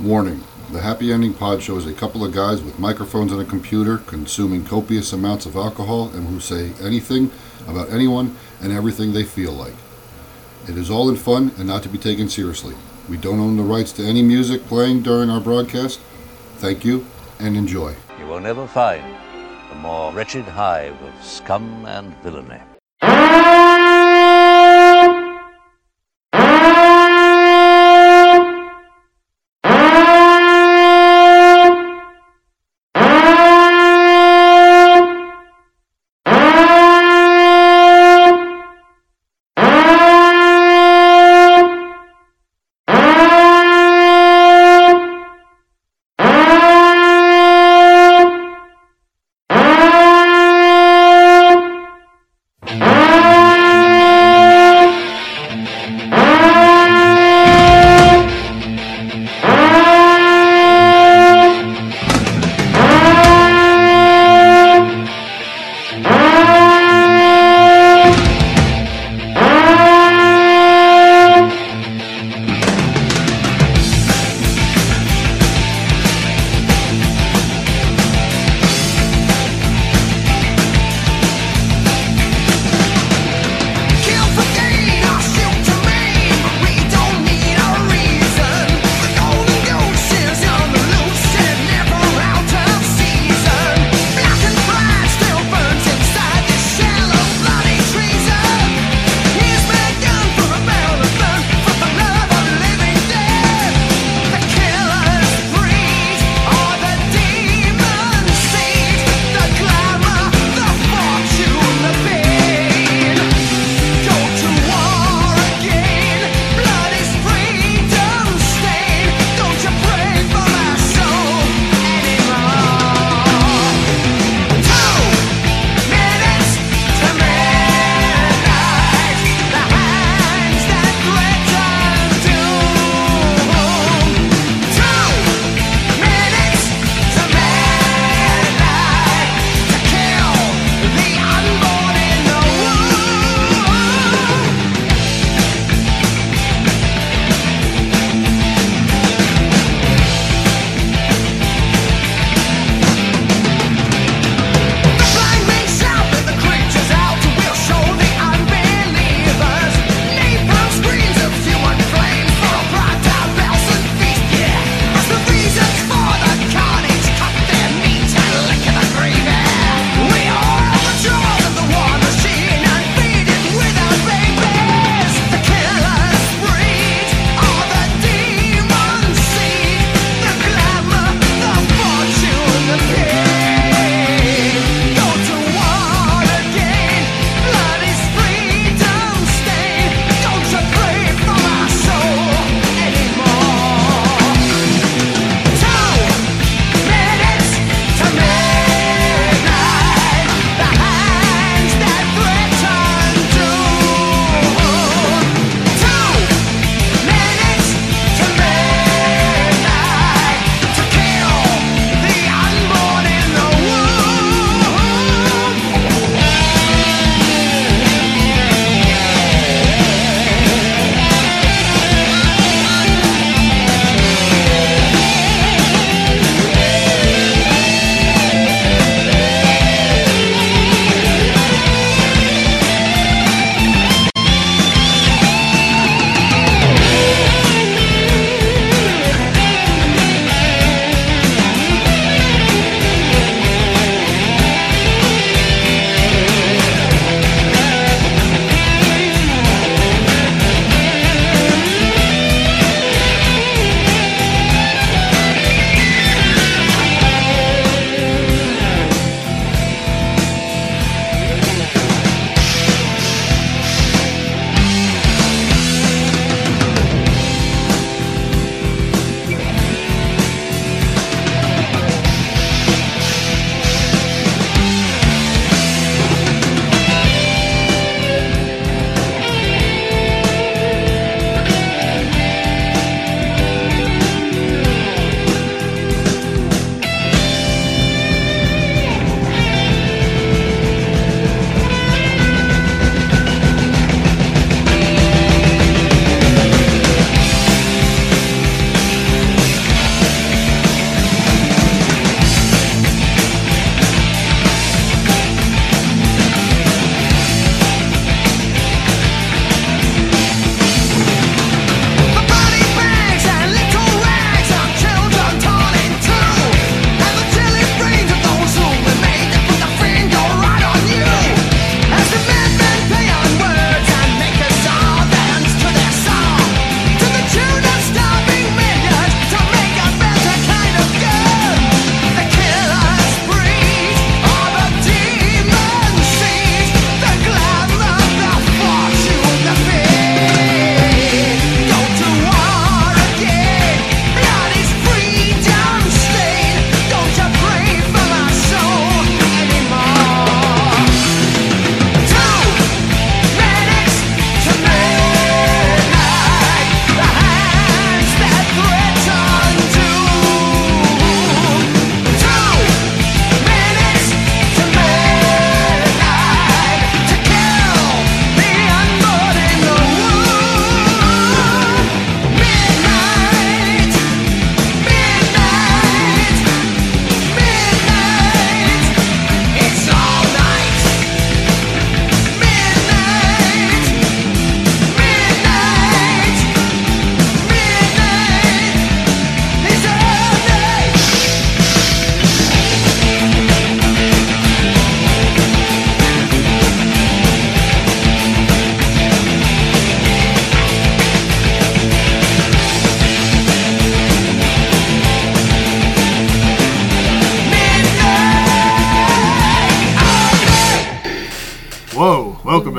Warning The Happy Ending Pod Show is a couple of guys with microphones and a computer consuming copious amounts of alcohol and who say anything about anyone and everything they feel like. It is all in fun and not to be taken seriously. We don't own the rights to any music playing during our broadcast. Thank you and enjoy. You will never find a more wretched hive of scum and villainy. Thank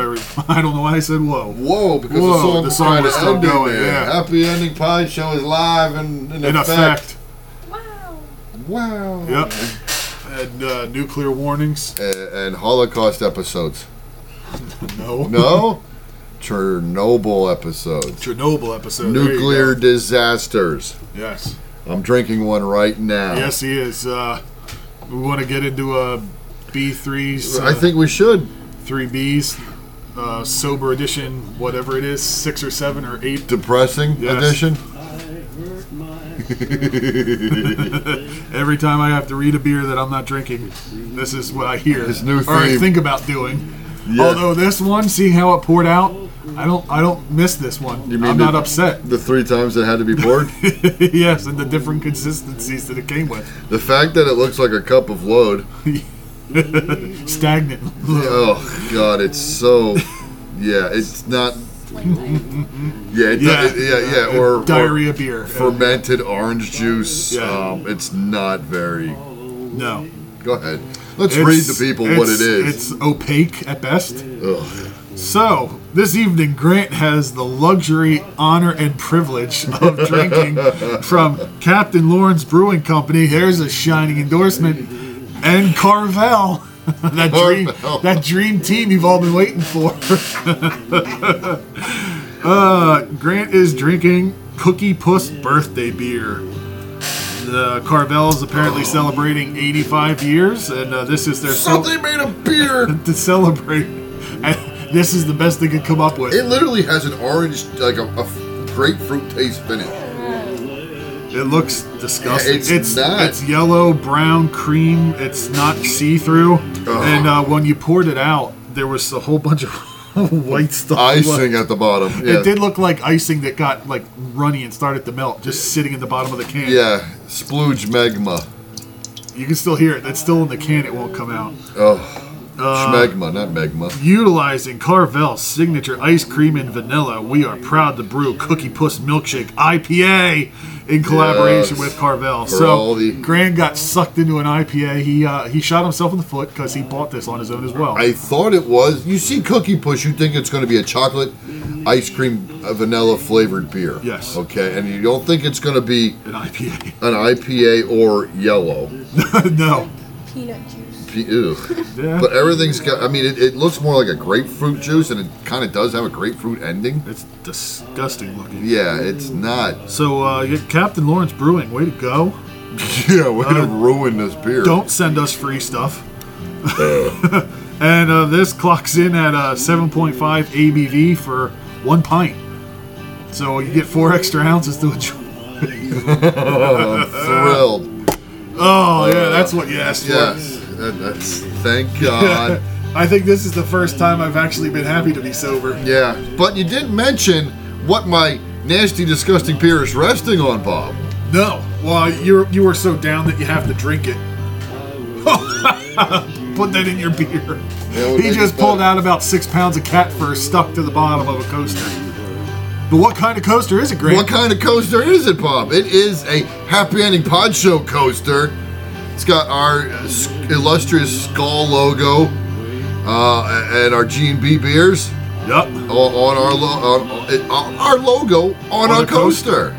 I don't know why I said whoa. Whoa, because Whoa, the song, the song was still ending going, there. yeah. Happy Ending Pod Show is live and in, In effect, effect. Wow. Wow. yep. And uh, nuclear warnings? And, and Holocaust episodes. No. No? Chernobyl episodes. Chernobyl episode. there you Nuclear go. disasters. Yes. I'm drinking one right now. Yes, he is. Uh, we want to get into a B3's. I uh, think we should. three B's, uh, sober edition, whatever it is, six or seven or eight. Depressing Yes. edition. Every time I have to read a beer that I'm not drinking, this is what I hear His new or I theme. think about doing. Yeah. Although this one, seeing how it poured out, I don't, I don't miss this one. You mean I'm the- not upset. The three times it had to be poured. yes, and the different consistencies that it came with, the fact that it looks like a cup of load. stagnant. Oh God, it's so. Yeah, it's not. Yeah, it, yeah, yeah, yeah. Or, or diarrhea beer. fermented orange juice. Yeah. Um, it's not very. no. Go ahead. Let's It's- read the people what it it's- is. It's opaque at best. Ugh. So, this evening, Grant has the luxury, honor, and privilege of drinking from Captain Lawrence Brewing Company. There's a shining endorsement. And Carvel. that, dream, Carvel. that dream team you've all been waiting for. uh, Grant is drinking Cookie Puss birthday beer. The Carvel's apparently celebrating 85 years, and uh, this is their cel- Something made a beer. to celebrate. And this is the best they could come up with. It literally has an orange, like a, a grapefruit taste finish. It looks disgusting. It's it's not. it's yellow, brown, cream. It's not see through. And uh, when you poured it out, there was a whole bunch of white stuff. Icing at the bottom. Yeah. It did look like icing that got like runny and started to melt, just sitting in the bottom of the can. Yeah, splooge magma. you can still hear it. It's still in the can. It won't come out. Oh, Uh, schmagma, not magma. Utilizing Carvel's signature ice cream and vanilla, we are proud to brew Cookie Puss Milkshake IPA in collaboration Yes. with Carvel. For so all the- Grant got sucked into an IPA. He uh, he shot himself in the foot because he bought this on his own as well. I thought it was. You see Cookie Push, you think it's going to be a chocolate ice cream uh, vanilla flavored beer. Yes. Okay, and you don't think it's going to be an IPA? an IPA or yellow. no. Peanut juice. P- Ew. Yeah. But everything's got, I mean, it, it looks more like a grapefruit juice and it kind of does have a grapefruit ending. it's disgusting looking. Yeah, it's not. So uh, yeah, Captain Lawrence Brewing, way to go! Yeah, we're going to ruin this beer. Uh, Don't send us free stuff. and uh, this clocks in at uh, 7.5 ABV for one pint. So you get four extra ounces to enjoy. Thrilled. Oh yeah, that's what you asked for. Yes. That- that's, thank God. I think this is the first time I've actually been happy to be sober. Yeah, but you didn't mention what my nasty, disgusting beer is resting on, Bob. No, well you you were so down that you have to drink it. Put that in your beer. That would he make just it pulled better. out about six pounds of cat fur stuck to the bottom of a coaster. But what kind of coaster is it, Grant? What kind of coaster is it, Bob? It is a happy ending pod show coaster. It's got our uh, s- illustrious skull logo uh, and our G and B beers Yup. on, on our lo- on, on our logo on, our the coaster. coaster.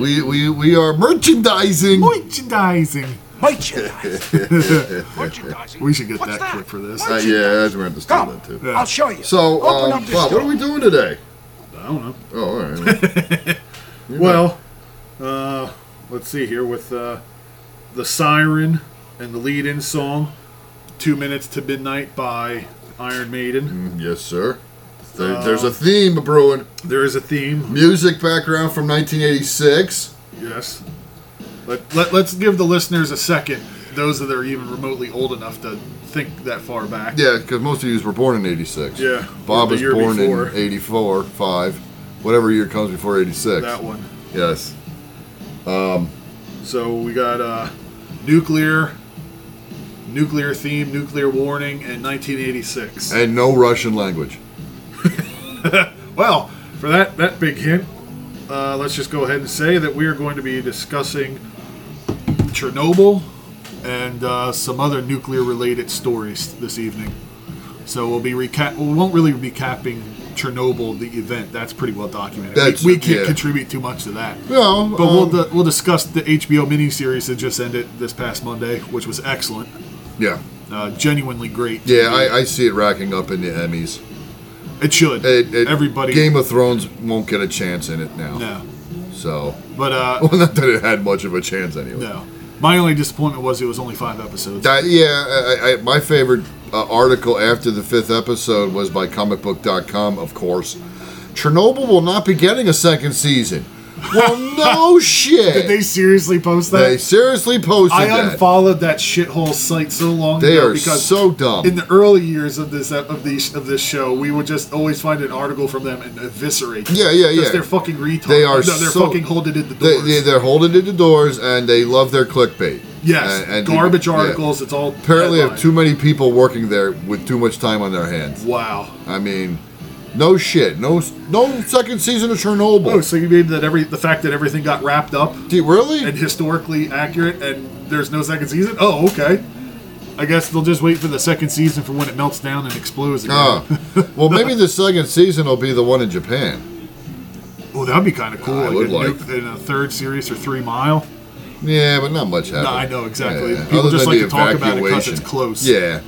We, we, we are merchandising. Merchandising. Merchandising. We should get What's that, clip for this. Uh, yeah, that's where I have to stop that too. I'll show you. So, Open um, up this Bob, what are we doing today? I don't know. Oh, all right. Well, uh, let's see here with uh, the siren and the lead-in song, two minutes to midnight by Iron Maiden. yes, sir. There, uh, there's a theme brewing. There is a theme. Music background from 1986. Yes. Let, let, let's give the listeners a second. Those that are even remotely old enough to think that far back. Yeah, because most of you were born in 86. Yeah, Bob the was year born before. in 84, 5, whatever year comes before 86. That one. Yes. So we got uh, nuclear, nuclear theme, nuclear warning, and 1986. And no Russian language. Well, for that that big hint, uh, let's just go ahead and say that we are going to be discussing Chernobyl and uh, some other nuclear related stories this evening. So we'll be recap. We won't really be capping Chernobyl, the event. That's pretty well documented. We- That's- we, can't yeah. contribute too much to that. No, But we'll um, di- we'll discuss the HBO miniseries that just ended this past Monday, which was excellent, Yeah. uh, genuinely great. Yeah, I, I see it racking up in the Emmys. It should. It, it, Everybody. Game of Thrones won't get a chance in it now. no, So, but uh, well, not that it had much of a chance anyway. no. My only disappointment was it was only five episodes. That, yeah, I, I, my favorite uh, article after the fifth episode was by comicbook.com, of course. Chernobyl will not be getting a second season. Well, no shit. Did they seriously post They that? seriously posted I that. unfollowed that shithole site so long They ago are because so dumb. in the early years of this of these of this show, we would just always find an article from them and eviscerate. them. Yeah, yeah, Because yeah. They're fucking retards. They are No, they're so- fucking holding it the doors. they, they, are holding it to doors and they love their clickbait. yes, And- and- garbage yeah. articles. It's all Apparently, have headline. too many people working there with too much time on their hands. Wow. I mean, no shit. No, no second season of Chernobyl. Oh, so you mean that every the fact that everything got wrapped up Dude, really? and historically accurate, and there's no second season? Oh, okay. I guess they'll just wait for the second season for when it melts down and explodes again. Oh. well, maybe the second season will be the one in Japan. Oh, that'd be kind of cool. I like would a like- nuke in a third series or Three Mile. Yeah, but not much happened. No, I know exactly. Yeah, People other just than like the to talk about it because it's evacuation. close. Yeah,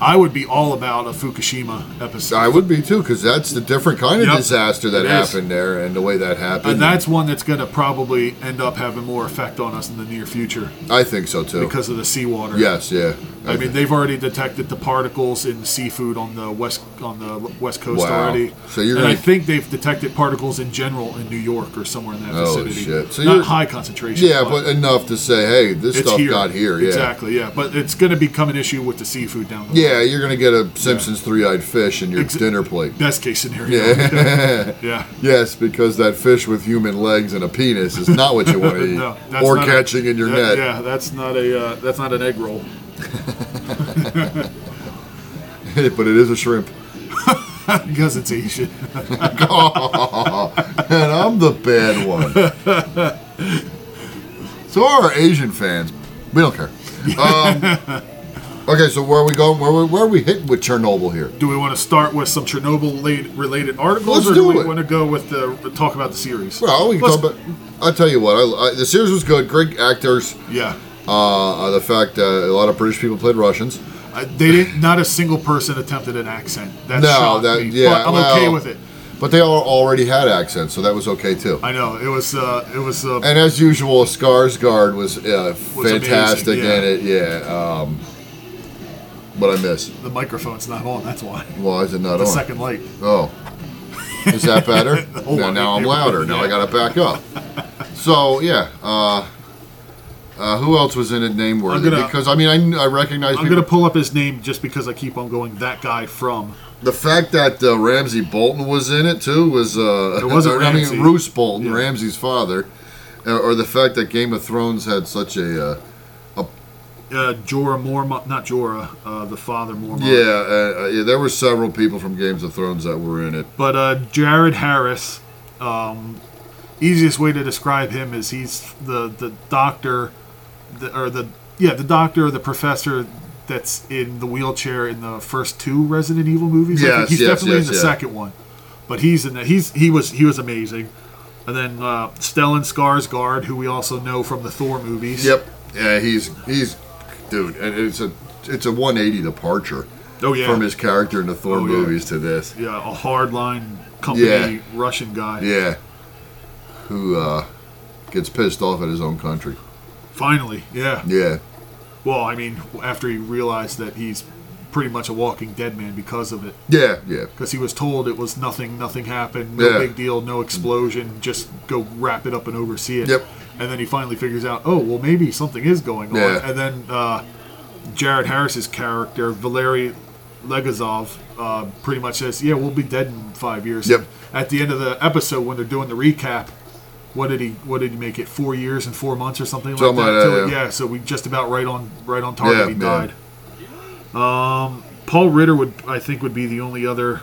I would be all about a Fukushima episode. I would be too, because that's the different kind of Yep. disaster that It is. happened there and the way that happened. and that's one that's going to probably end up having more effect on us in the near future I think so too. because of the seawater. yes, yeah. I mean, they've already detected the particles in seafood on the west on the west coast Wow. already. So you're and gonna- I think they've detected particles in general in New York or somewhere in that Oh, vicinity. shit. So you're- Not high concentration. yeah, but enough to say, hey, this it's stuff here. got here. Yeah, Exactly. Yeah, but it's going to become an issue with the seafood down the yeah. You're gonna get a Simpsons three-eyed fish in your Ex- dinner plate. Best case scenario. Yeah. yeah. yes, because that fish with human legs and a penis is not what you want to eat, No, or not a- catching in your net. that- Yeah, that's not a uh, that's not an egg roll. but it is a shrimp. because it's Asian. and I'm the bad one. so are our Asian fans. We don't care. Um, okay, so where are we going? Where, where are we hitting with Chernobyl here? Do we want to start with some Chernobyl la- related articles, Let's or do do, we it. want to go with the talk about the series? Well, we can Let's- talk about. I'll tell you what. I, I, the series was good. Great actors. Yeah, Uh, uh, the fact uh, a lot of British people played Russians. I, they didn't. Not a single person attempted an accent. That No, shocked that- me, yeah, but I'm okay well- with it. But they all already had accents, so that was okay too. I know it was. Uh, it was. Uh, And as usual, Skarsgård was uh, Was amazing, fantastic yeah. in it. Yeah. Um, what I miss? the microphone's not on. That's why. Why is it not The on? second light. Oh. Is that better? Hold now, on, now I'm it- it- louder. Now I yeah. got to back up. So, yeah. Uh, uh, who else was in it name worthy? gonna- because, I mean, I, kn- I recognize I'm gonna pull up his name just because I keep on going. That guy from. the fact that uh, Ramsey Bolton was in it, too, was. Uh, It wasn't I Ramsey. mean, Roose Bolton, Yeah. Ramsey's father. Uh, or the fact that Game of Thrones had such a. Uh, Uh, Jorah Mormont, not Jorah, uh, the father Mormont. yeah, uh, uh, yeah, there were several people from Games of Thrones that were in it. But uh, Jared Harris, um, easiest way to describe him is he's the the doctor, the, or the yeah the doctor or the professor that's in the wheelchair in the first two Resident Evil movies. I Yes, think he's yes, definitely yes, in the yeah. second one, but he's in that. He's he was he was amazing. And then uh, Stellan Skarsgård, who we also know from the Thor movies. Yep. Yeah, he's he's dude, and it's a it's a 180 departure Oh yeah. from his character in the Thor Oh, yeah. movies to this. yeah, a hardline company Yeah. Russian guy. Yeah. Who uh gets pissed off at his own country. Finally, yeah. Yeah. Well, I mean, after he realized that he's pretty much a walking dead man because of it, Yeah, yeah. because he was told it was nothing, nothing happened, no Yeah. big deal, no explosion, just go wrap it up and oversee it. Yep. And then he finally figures out, oh, well, maybe something is going on. Yeah. And then uh, Jared Harris's character, Valeri Legazov, uh, pretty much says, yeah, we'll be dead in five years. Yep. At the end of the episode, when they're doing the recap, what did he? What did he make it? Four years and four months or something like Something that. like that, Till- yeah. So we just about right on, right on target. Yeah, he yeah. died. Um, Paul Ritter would, I think, would be the only other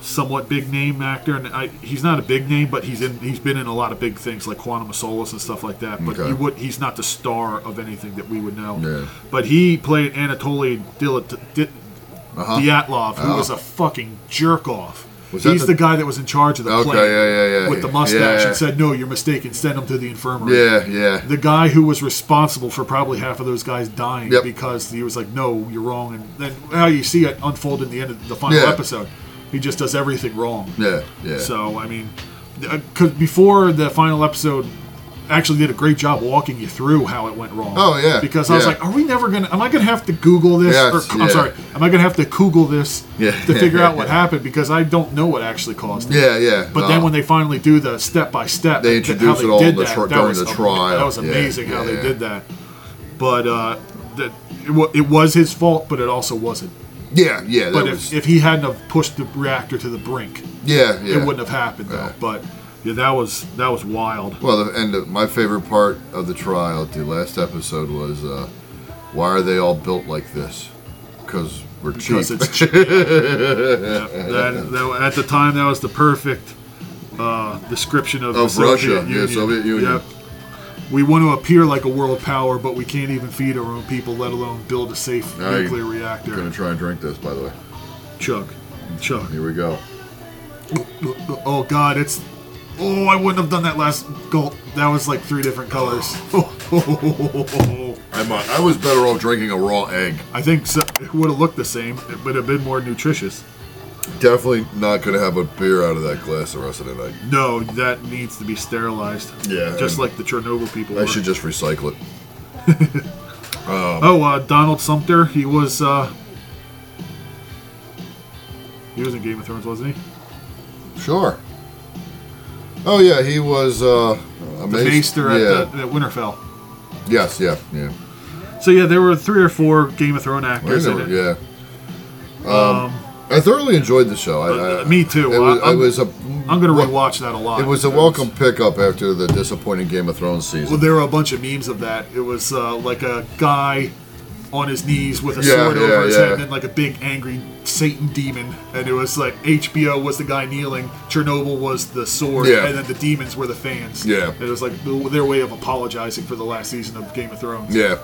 somewhat big name actor, and I, he's not a big name, but he's in. He's been in a lot of big things like Quantum of Solace and stuff like that. But Okay. he would. He's not the star of anything that we would know. Yeah. But he played Anatoly Dilat. Di- Uh-huh. Dyatlov, who Oh. was a fucking jerk off. Was that He's the- the, guy that was in charge of the Okay, plane yeah, yeah, yeah, with the yeah, mustache yeah. and said, "No, you're mistaken. Send him to the infirmary." Yeah, yeah. the guy who was responsible for probably half of those guys dying Yep. because he was like, "No, you're wrong," and then how you see it unfold in the end of the final Yeah. episode. He just does everything wrong. Yeah, yeah. So I mean, because before the final episode, actually did a great job walking you through how it went wrong. Oh, yeah, Because I was yeah. like, are we never gonna? Am I gonna have to Google this? Yes, or, yeah. I'm sorry, am I gonna have to Google this Yeah. to figure out what happened? Because I don't know what actually caused it. yeah, yeah. But then when they finally do the step by step, They th- how introduce they it all did in the that, tri- that during was the ama- trial. That was Yeah, amazing how yeah. they did that. But uh, that it, wa it was his fault, but it also wasn't. Yeah, yeah. That But if, was, if he hadn't have pushed the reactor to the brink, yeah, yeah. it wouldn't have happened though. Yeah. But yeah, that was that was wild. Well, the, and the, my favorite part of the trial, the last episode, was uh, why are they all built like this? Because we're cheap. Because it's cheap. Yeah. that, that, at the time, that was the perfect uh, description of, the Of Soviet Russia, yeah, Union. Soviet Union. Yep. We want to appear like a world power, but we can't even feed our own people, let alone build a safe Now you- nuclear I'm gonna reactor. try and drink this, by the way. Chug, chug. Here we go. Oh God, it's. Oh, I wouldn't have done that last gulp. That was like three different colors. I'm, uh, I was better off drinking a raw egg. I think so. it would have looked the same. It would have been more nutritious. Definitely not gonna have a beer out of that glass the rest of the night. No, that needs to be sterilized. Yeah, and- Just like the Chernobyl people. I were. should just recycle it. Oh, uh, Donald Sumter. He was. Uh, he was in Game of Thrones, wasn't he? Sure. Oh yeah, he was uh, a The maester yeah. at, the, at Winterfell. Yes, yeah, yeah. So yeah, there were three or four Game of Thrones I actors never, in it. Um, yeah. Um, I thoroughly enjoyed the show. I, Uh, I, me too. It was, I, it am was a. I'm gonna what- rewatch that a lot. It was a welcome pickup after the disappointing Game of Thrones Well, season. there were a bunch of memes of that. It was uh, like a guy on his knees with a Yeah, sword yeah, over his yeah. head and like a big angry Satan demon. And it was like HBO was the guy kneeling, Chernobyl was the sword, Yeah. and then the demons were the fans. Yeah. It was like their way of apologizing for the last season of Game of Thrones. yeah,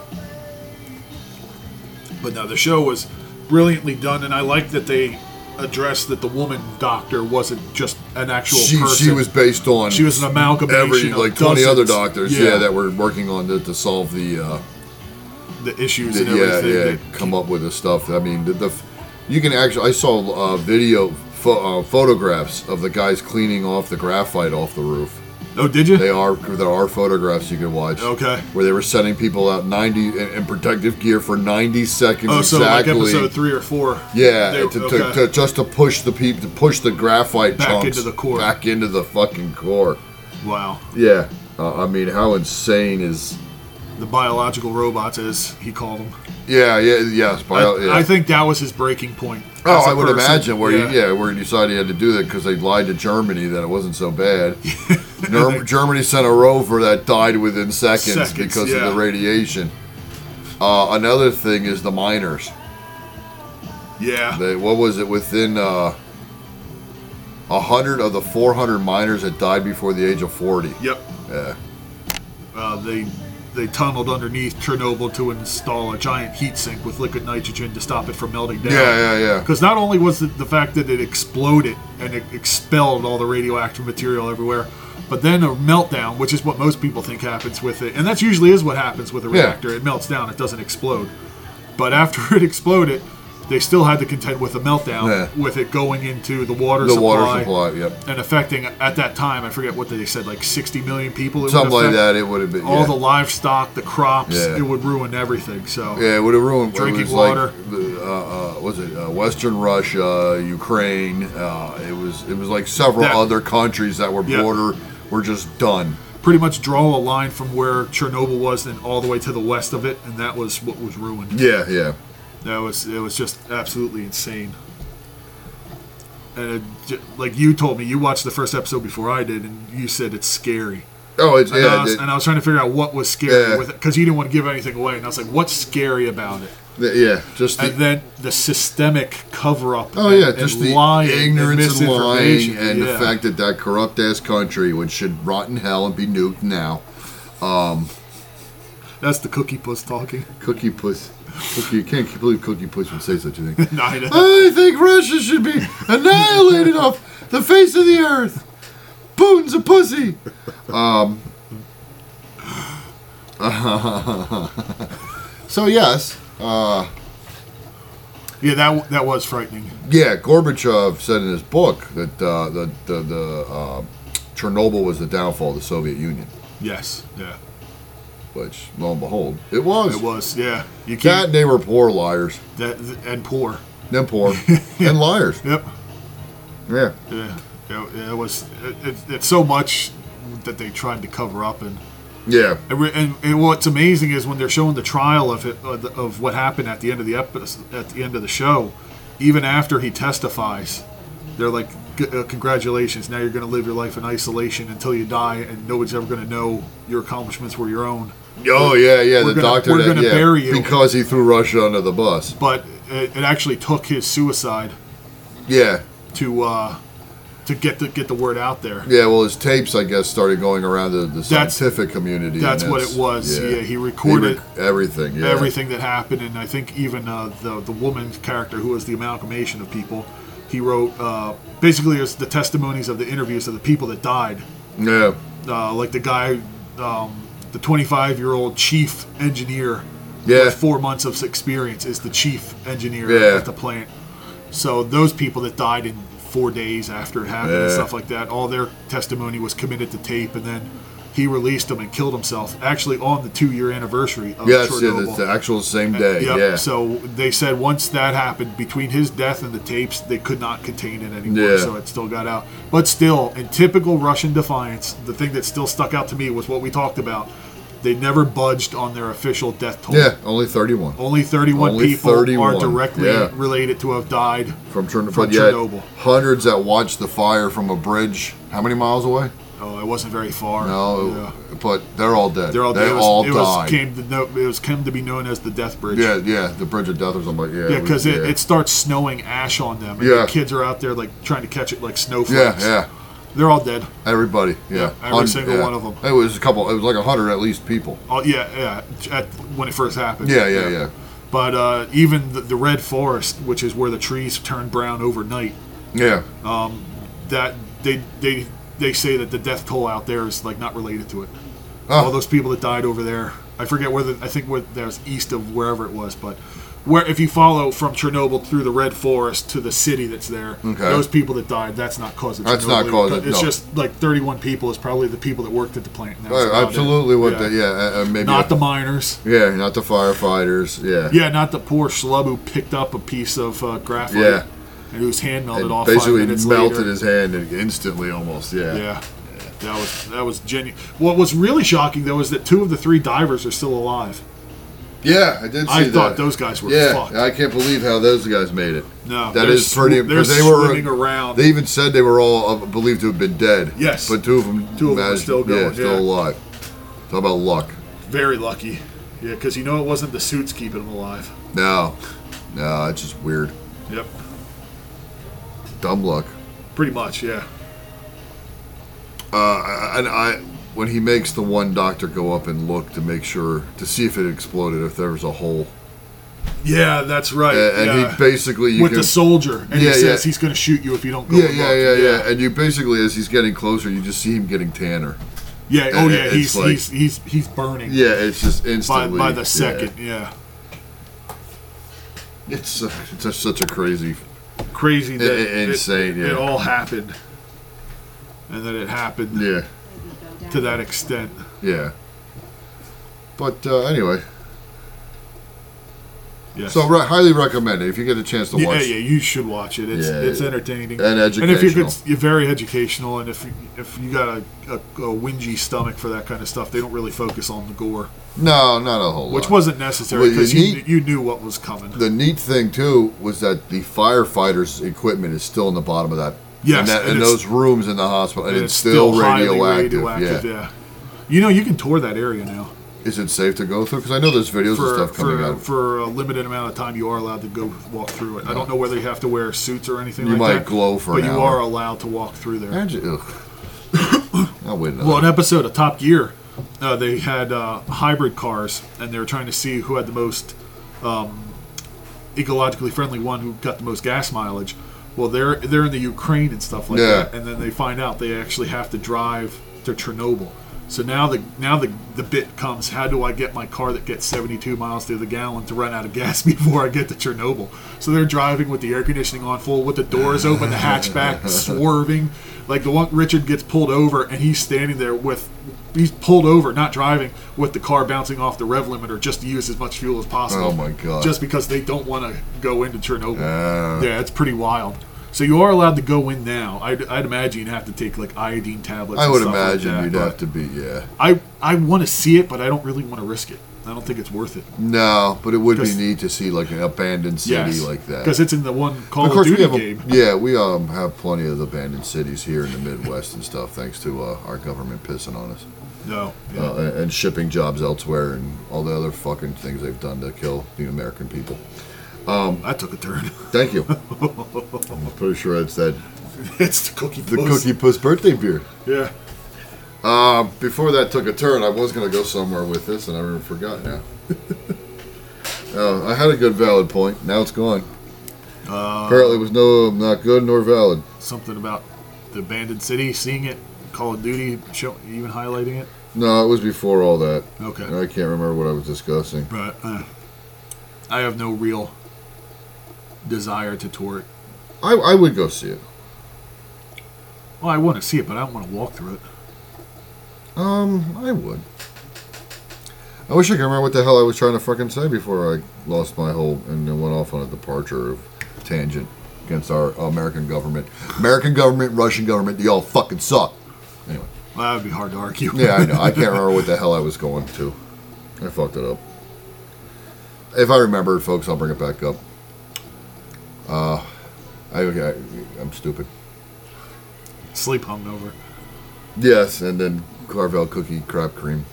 But no, the show was brilliantly done, and I like that they addressed that the woman doctor wasn't just an actual she, person. she was based on She was an amalgamation every of like twenty dozens. other doctors. Yeah. Yeah. that were working on to, to solve the, uh, the issues the and yeah everything. yeah that come up with the stuff. I mean the, the f- you can actually I saw uh, video pho- uh, photographs of the guys cleaning off the graphite off the roof. Oh, did you? They are there are photographs you can watch. Okay. Where they were sending people out ninety in, in protective gear for ninety seconds Oh, so like exactly. episode three or four. yeah, They- to, to, okay. to- just to push the peep to push the graphite Back chunks into the core. back into the fucking core. wow. Yeah, uh, I mean, how insane is? The biological robots, as he called them. Yeah, yeah, yes. I, Bio, yeah. I think that was his breaking point. Oh, as a I would person. imagine where you yeah where he decided he had to do that because they lied to Germany that it wasn't so bad. Ner- Germany sent a rover that died within seconds, Seconds, because yeah. of the radiation. Uh, another thing is the miners. Yeah. They, what was it within uh, hundred of the four hundred miners that died before the age of forty? Yep. Yeah. Uh, they they tunneled underneath Chernobyl to install a giant heat sink with liquid nitrogen to stop it from melting down. Yeah, yeah, yeah. Because not only was it the fact that it exploded and it expelled all the radioactive material everywhere, but then a meltdown, which is what most people think happens with it, and that usually is what happens with a Yeah. reactor. It melts down, it doesn't explode. But after it exploded, they still had to contend with a meltdown, Yeah. with it going into the water The supply. water supply. Yep. And affecting at that time, I forget what they said, like 60 million people. It would Something like affect. that. It would have been All yeah. the livestock, the crops, Yeah. it would ruin everything. So Yeah, it would have ruined Drinking it was water. Like, the, uh, uh, was it uh, Western Russia, Ukraine? Uh, it was it was like several That- other countries that were Yeah. border were just done. pretty much draw a line from where Chernobyl was and all the way to the west of it, and that was what was ruined. Yeah, yeah, That was it was just absolutely insane. And it, j- like you told me, you watched the first episode before I did, and you said it's scary. oh, it's And, I, yeah, was, it- and I was trying to figure out what was scary Yeah. with it because you didn't want to give anything away, and I was like, "What's scary about it?" the- yeah, just the, And then the systemic cover up. oh yeah, just the lying and ignorance and lying, misinformation. and the Yeah. fact that that corrupt ass country, which should rot in hell and be nuked now, That's the cookie puss talking. Cookie Puss. Cookie, you can't believe Cookie Puss would say such a thing. No, I don't- I think Russia should be annihilated off the face of the earth. Putin's a pussy. Um. so yes, yeah, that that was frightening. yeah, Gorbachev said in his book that uh, the the, the uh, Chernobyl was the downfall of the Soviet Union, Yes, yeah, which lo and behold, it was. it was. Yeah, you That can't. and they were poor liars, That, and poor. them poor and liars. Yep. Yeah. Yeah, it, it was. It, it, it's so much that they tried to cover up and. Yeah. And, re- and, and what's amazing is when they're showing the trial of it of, the, of what happened at the end of the episode, at the end of the show, even after he testifies, they're like, "C- uh, "Congratulations! Now you're going to live your life in isolation until you die, and nobody's ever going to know your accomplishments were your own." Oh yeah, yeah. We're the gonna- doctor. we're that- gonna yeah, bury you. because he threw Russia under the bus. But it, it actually took his suicide Yeah, to uh, to get the get the word out there. yeah. Well, his tapes, I guess, started going around the, the That's- scientific community. and that's what it was, yeah, he recorded everything. Yeah. everything that happened, and I think even uh, the the woman character who was the amalgamation of people, he wrote uh, basically it was the testimonies of the interviews of the people that died, Yeah. uh, like the guy, um, the 25 year old chief engineer Yeah. with four months of experience is the chief engineer Yeah. at the plant. So those people that died in four days after it happened and Yeah. stuff like that, all their testimony was committed to tape, and then. He released them and killed himself. Actually, on the two-year anniversary of Yes. Yeah. Chernobyl. It's the actual same day. Yep. Yeah. So they said once that happened, between his death and the tapes, they could not contain it anymore. Yeah. So it still got out. But still, in typical Russian defiance, the thing that still stuck out to me was what we talked about. They never budged on their official death toll. yeah. Only thirty-one Only 31 Only people 31, are directly yeah. related to have died. from Chernobyl. From but yet Chernobyl. Hundreds that watched the fire from a bridge. How many miles away? Oh, it wasn't very far. No. Yeah. But they're all dead. They're all, they it was, all died. it was came to know, it was came to be known as the death bridge. yeah. Yeah. The bridge of death or something. Yeah. Yeah, we- because it, yeah. it starts snowing ash on them. And Yeah. The kids are out there like trying to catch it like Yeah. snowflakes. Yeah. They're all dead. Everybody, yeah, Yeah, every Hun- single yeah. one of 'em. It was a couple. It was like a hundred at least people. Oh yeah, yeah. At, when it first happened. Yeah, yeah, yeah. But uh, even the, the red forest, which is where the trees turn brown overnight, Yeah, that they they they say that the death toll out there is like not related to it. Ah. All those people that died over there. I forget whether I think where that was east of wherever it was, but where if you follow from Chernobyl through the red forest to the city that's there, Okay. those people that died, that's not caused. That's not cause of- It's no. just like 31 people is probably the people that worked at the plant. and that was Uh, about it. absolutely. What? The, yeah, uh, uh, maybe Not the miners. Yeah, not the firefighters. Yeah, Yeah, not the poor schlub who picked up a piece of uh, graphite Yeah. and whose hand melted And off basically five minutes melted later. his hand and instantly almost. Yeah. Yeah, that was that was genuine. What was really shocking though is that two of the three divers are still alive. Yeah, I did. See I that. thought those guys were Yeah, fucked. I can't believe how those guys made it. No, that they're is pretty. sw- they're 'cause they were swimming around. They even said they were all uh, believed to have been dead. Yes. but two of them, Two of 'em are still going, yeah, still yeah. alive. Talk about luck. Very lucky. Yeah, because you know it wasn't the suits keeping them alive. No, no, it's just weird. Yep, Dumb luck. pretty much. Yeah. Uh, and I, when he makes the one doctor go up and look to make sure to see if it exploded, if there was a hole, Yeah, that's right. A- and, yeah. he basically you with can, the soldier, and Yeah, he says yeah. he's going to shoot you if you don't go. yeah, and yeah, look. yeah, yeah, and you basically as he's getting closer, you just see him getting tanner. yeah. Oh And yeah, it's he's, like- he's he's he's burning Yeah, it's just by instantly by the yeah. second. Yeah. It's uh, it's just such a crazy. crazy that I- I- insane, It, it yeah. all happened, and that it happened Yeah, to that extent. yeah. But uh, anyway, Yes. so re- highly recommend it if you get a chance to yeah, watch. yeah, you should watch it. It's Yeah, it's yeah. entertaining And And if you educational. could, you're very educational, and if you, if you got a, a, a whingy stomach for that kind of stuff, they don't really focus on the gore, No, not a whole lot. which wasn't necessary Well, you because you, need- kn- you knew what was coming. The neat thing too was that the firefighters' equipment is still in the bottom of that. Yes, and, that, and and it's- those rooms in the hospital, and, And it's, still, highly radioactive. Yeah. yeah. You know, you can tour that area now. is it safe to go through? Because I know there's videos for and stuff coming for, out. for a limited amount of time, you are allowed to go walk through it. I don't know whether you have to wear suits or anything. You like might that, glow for but an you hour. are allowed to walk through there. Imagine, ugh. I'll wait another. Well, an episode of Top Gear, uh, they had uh, hybrid cars, and they were trying to see who had the most um, ecologically friendly one, who got the most gas mileage. Well, they're they're in the Ukraine and stuff like Yeah. that, and then they find out they actually have to drive to Chernobyl. So now the now the the bit comes: how do I get my car that gets 72 miles to the gallon to run out of gas before I get to Chernobyl? So they're driving with the air conditioning on full, with the doors open, the hatchback swerving. Like the one Richard gets pulled over, and he's standing there with he's pulled over, not driving, with the car bouncing off the rev limiter just to use as much fuel as possible. Oh, my God. Just because they don't want to go into Chernobyl. Yeah, it's pretty wild. So you are allowed to go in now. I'd, I'd imagine you'd have to take like iodine tablets. I and would stuff like imagine that, you'd but have to be, yeah. I I want to see it, but I don't really want to risk it. I don't think it's worth it. No, but it would be Because- neat to see like an abandoned city like that. because it's in the one Call of of, course, we Duty have a, game. yeah, we um have plenty of abandoned cities here in the Midwest and stuff, thanks to uh, our government pissing on us no, yeah. uh, and- and shipping jobs elsewhere and all the other fucking things they've done to kill the American people. I took a turn. Thank you. I'm pretty sure that's that it's the cookie. the puss. Cookie Puss birthday beer. Yeah. Before that took a turn, I was gonna go somewhere with this, and I even forgot now. uh, I had a good valid point. Now it's gone. Apparently, it was no not good nor valid. Something about the abandoned city, seeing it, Call of Duty, show, even highlighting it. No, it was before all that. Okay. And I can't remember what I was discussing. But uh, I have no real desire to tour it. I, I would go see it. Well, I want to see it, but I don't want to walk through it. Um, I would. I wish I could remember what the hell I was trying to fucking say before I lost my whole and then went off on a departure of tangent against our American government. American government, Russian government, they all fucking suck. Anyway. Well, that would be hard to argue. Yeah, I know. I can't remember what the hell I was going to. I fucked it up. If I remember, it, folks, I'll bring it back up. Uh, I, I I'm stupid. Sleep hungover. Yes, and then Carvel cookie crab cream.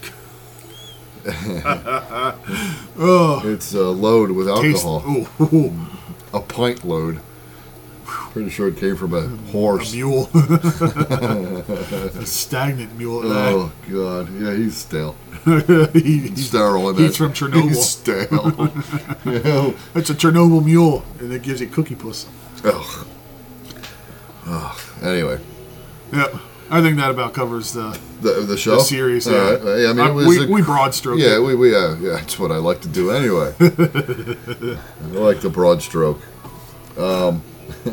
Oh, It's a load with taste. alcohol. Ooh, ooh, A pint load. Pretty sure it came from a horse. a mule. a stagnant mule. at Oh god, yeah, he's stale. that. He- he's- Sterile. in he's it. from Chernobyl. He's stale. you know? It's a Chernobyl mule, and it gives you cookie puss. Ugh. Ugh. Anyway, Yep. I think that about covers the, the the show. the series. All Yeah. right. I mean, Uh, it was we, a- we broad stroke. Yeah, we, we uh, yeah, that's what I like to do anyway. I like the broad stroke. Um,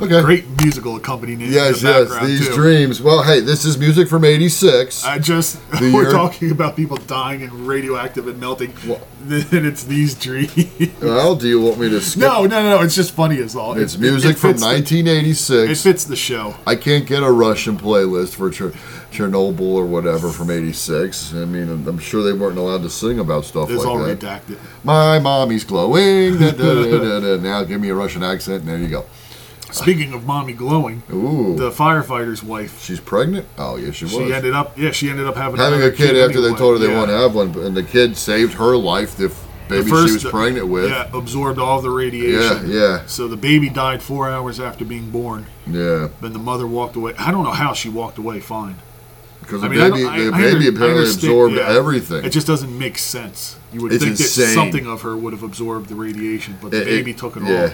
okay. Great musical accompaniment. in Yes, the yes. background, These too. dreams. Well, hey, this is music from '86. I just The we're year- talking about people dying and radioactive and melting. Well- then it's these dreams. Well, do you want me to skip? no, no, no, no. It's just funny as all. It's It- music it from fits the- It 1986. fits the show. I can't get a Russian playlist for Cher- Chernobyl or whatever from '86. I mean, I'm- I'm sure they weren't allowed to sing about stuff It's like all that. redacted. My mommy's glowing. da, da, da, da, da. Now give me a Russian accent, and there you go. Speaking of mommy glowing, Ooh. the firefighter's wife. She's pregnant? Oh, yeah, she was. She ended up. Yeah, she ended up having Having a another kid after they anyway. told her they Yeah. want to have one, and the kid saved her life, the f- The baby she first- was pregnant with. Yeah, absorbed all the yeah, radiation. yeah. So the baby died four hours after being born. yeah. Then the mother walked away. I don't know how she walked away fine. Because I the mean, I baby, don't- I- the I baby under- I apparently understand- absorbed yeah. everything. It just doesn't make sense. You would It's think insane. that something of her would have absorbed the radiation, but the It- it- baby took it yeah. all.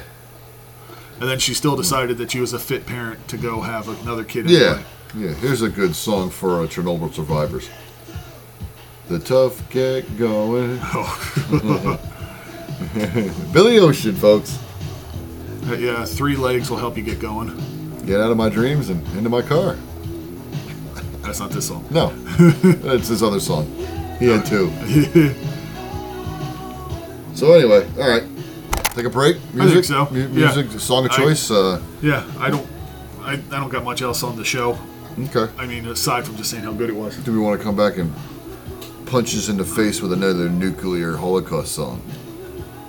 And then she still decided that she was a fit parent to go have another kid. Yeah, anyway. yeah. Here's a good song for uh, Chernobyl survivors. The tough get going. Oh. Billy Ocean, folks. Uh, yeah. Three legs will help you get going. Get out of my dreams and into my car. That's not this song. No, it's his other song. He had two. so anyway, all right. Take a break. Music, so. mu- Yeah. music, song of I- choice. uh, Yeah, I don't. I, I don't got much else on the show. okay. I mean, aside from just saying how good it was. Do we want to come back and punch us in the face with another nuclear holocaust song?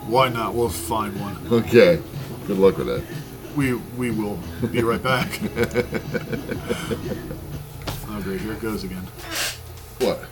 Why not? We'll find one. Okay. Good luck with that. We we will be right back. oh great, here it goes again. What?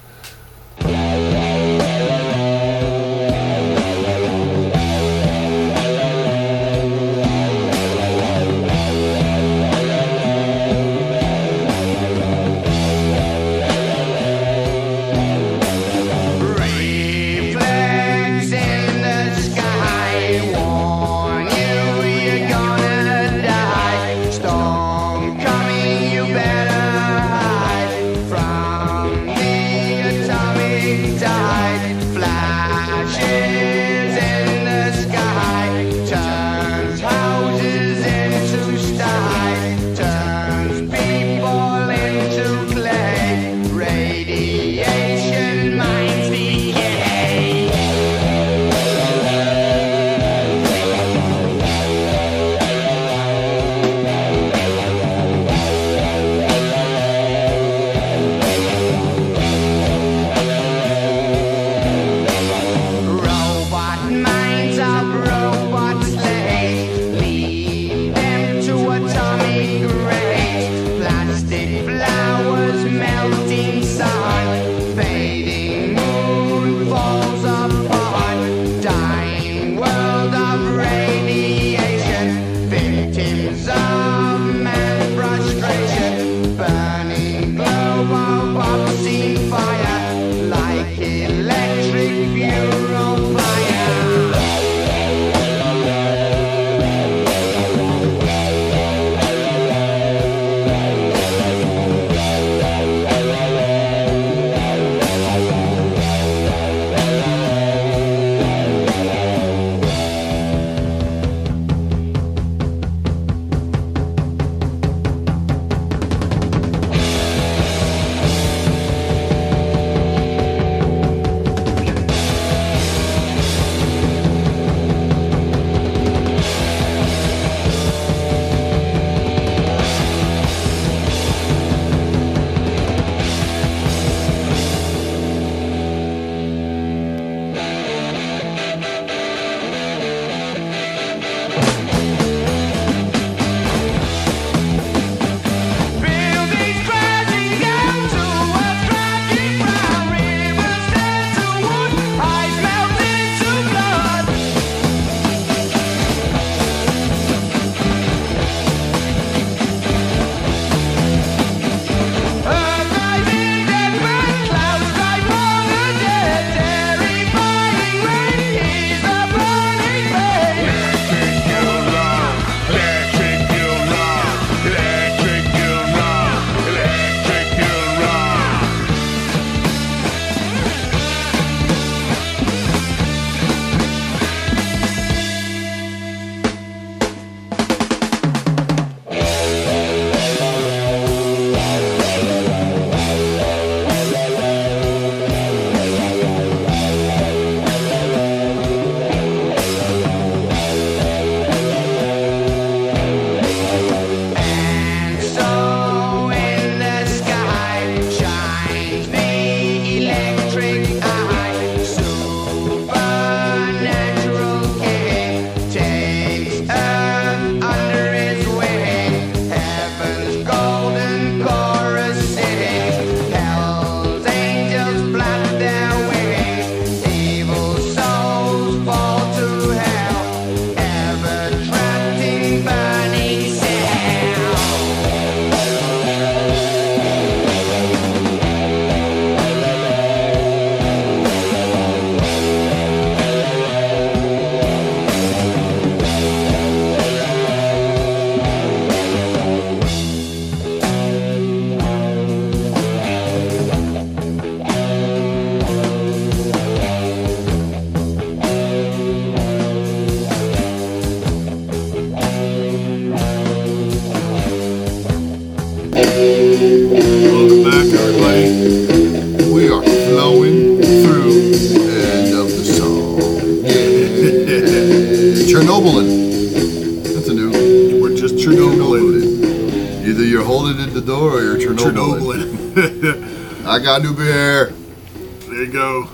Chernobyl or you're Chernobyl. Chernobyl. I got new beer. there you go.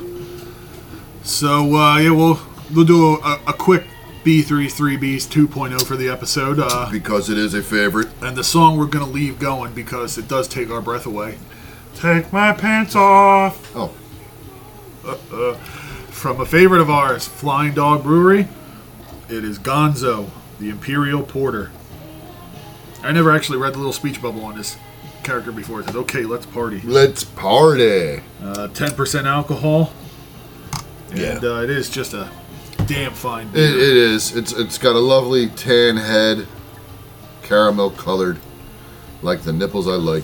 So uh, yeah, we'll we'll do a, a quick B33B's 2.0 for the episode, uh, Because it is a favorite. and the song we're gonna leave going because it does take our breath away. Take my pants off Oh, from a favorite of ours, Flying Dog Brewery. It is Gonzo, the Imperial Porter. I never actually read the little speech bubble on this character before. It says, "Okay, let's party." Uh, let's party. ten percent alcohol. And, Yeah. uh, it is just a damn fine It, it beer. is. It's it's got a lovely tan head, caramel colored, like the nipples I like,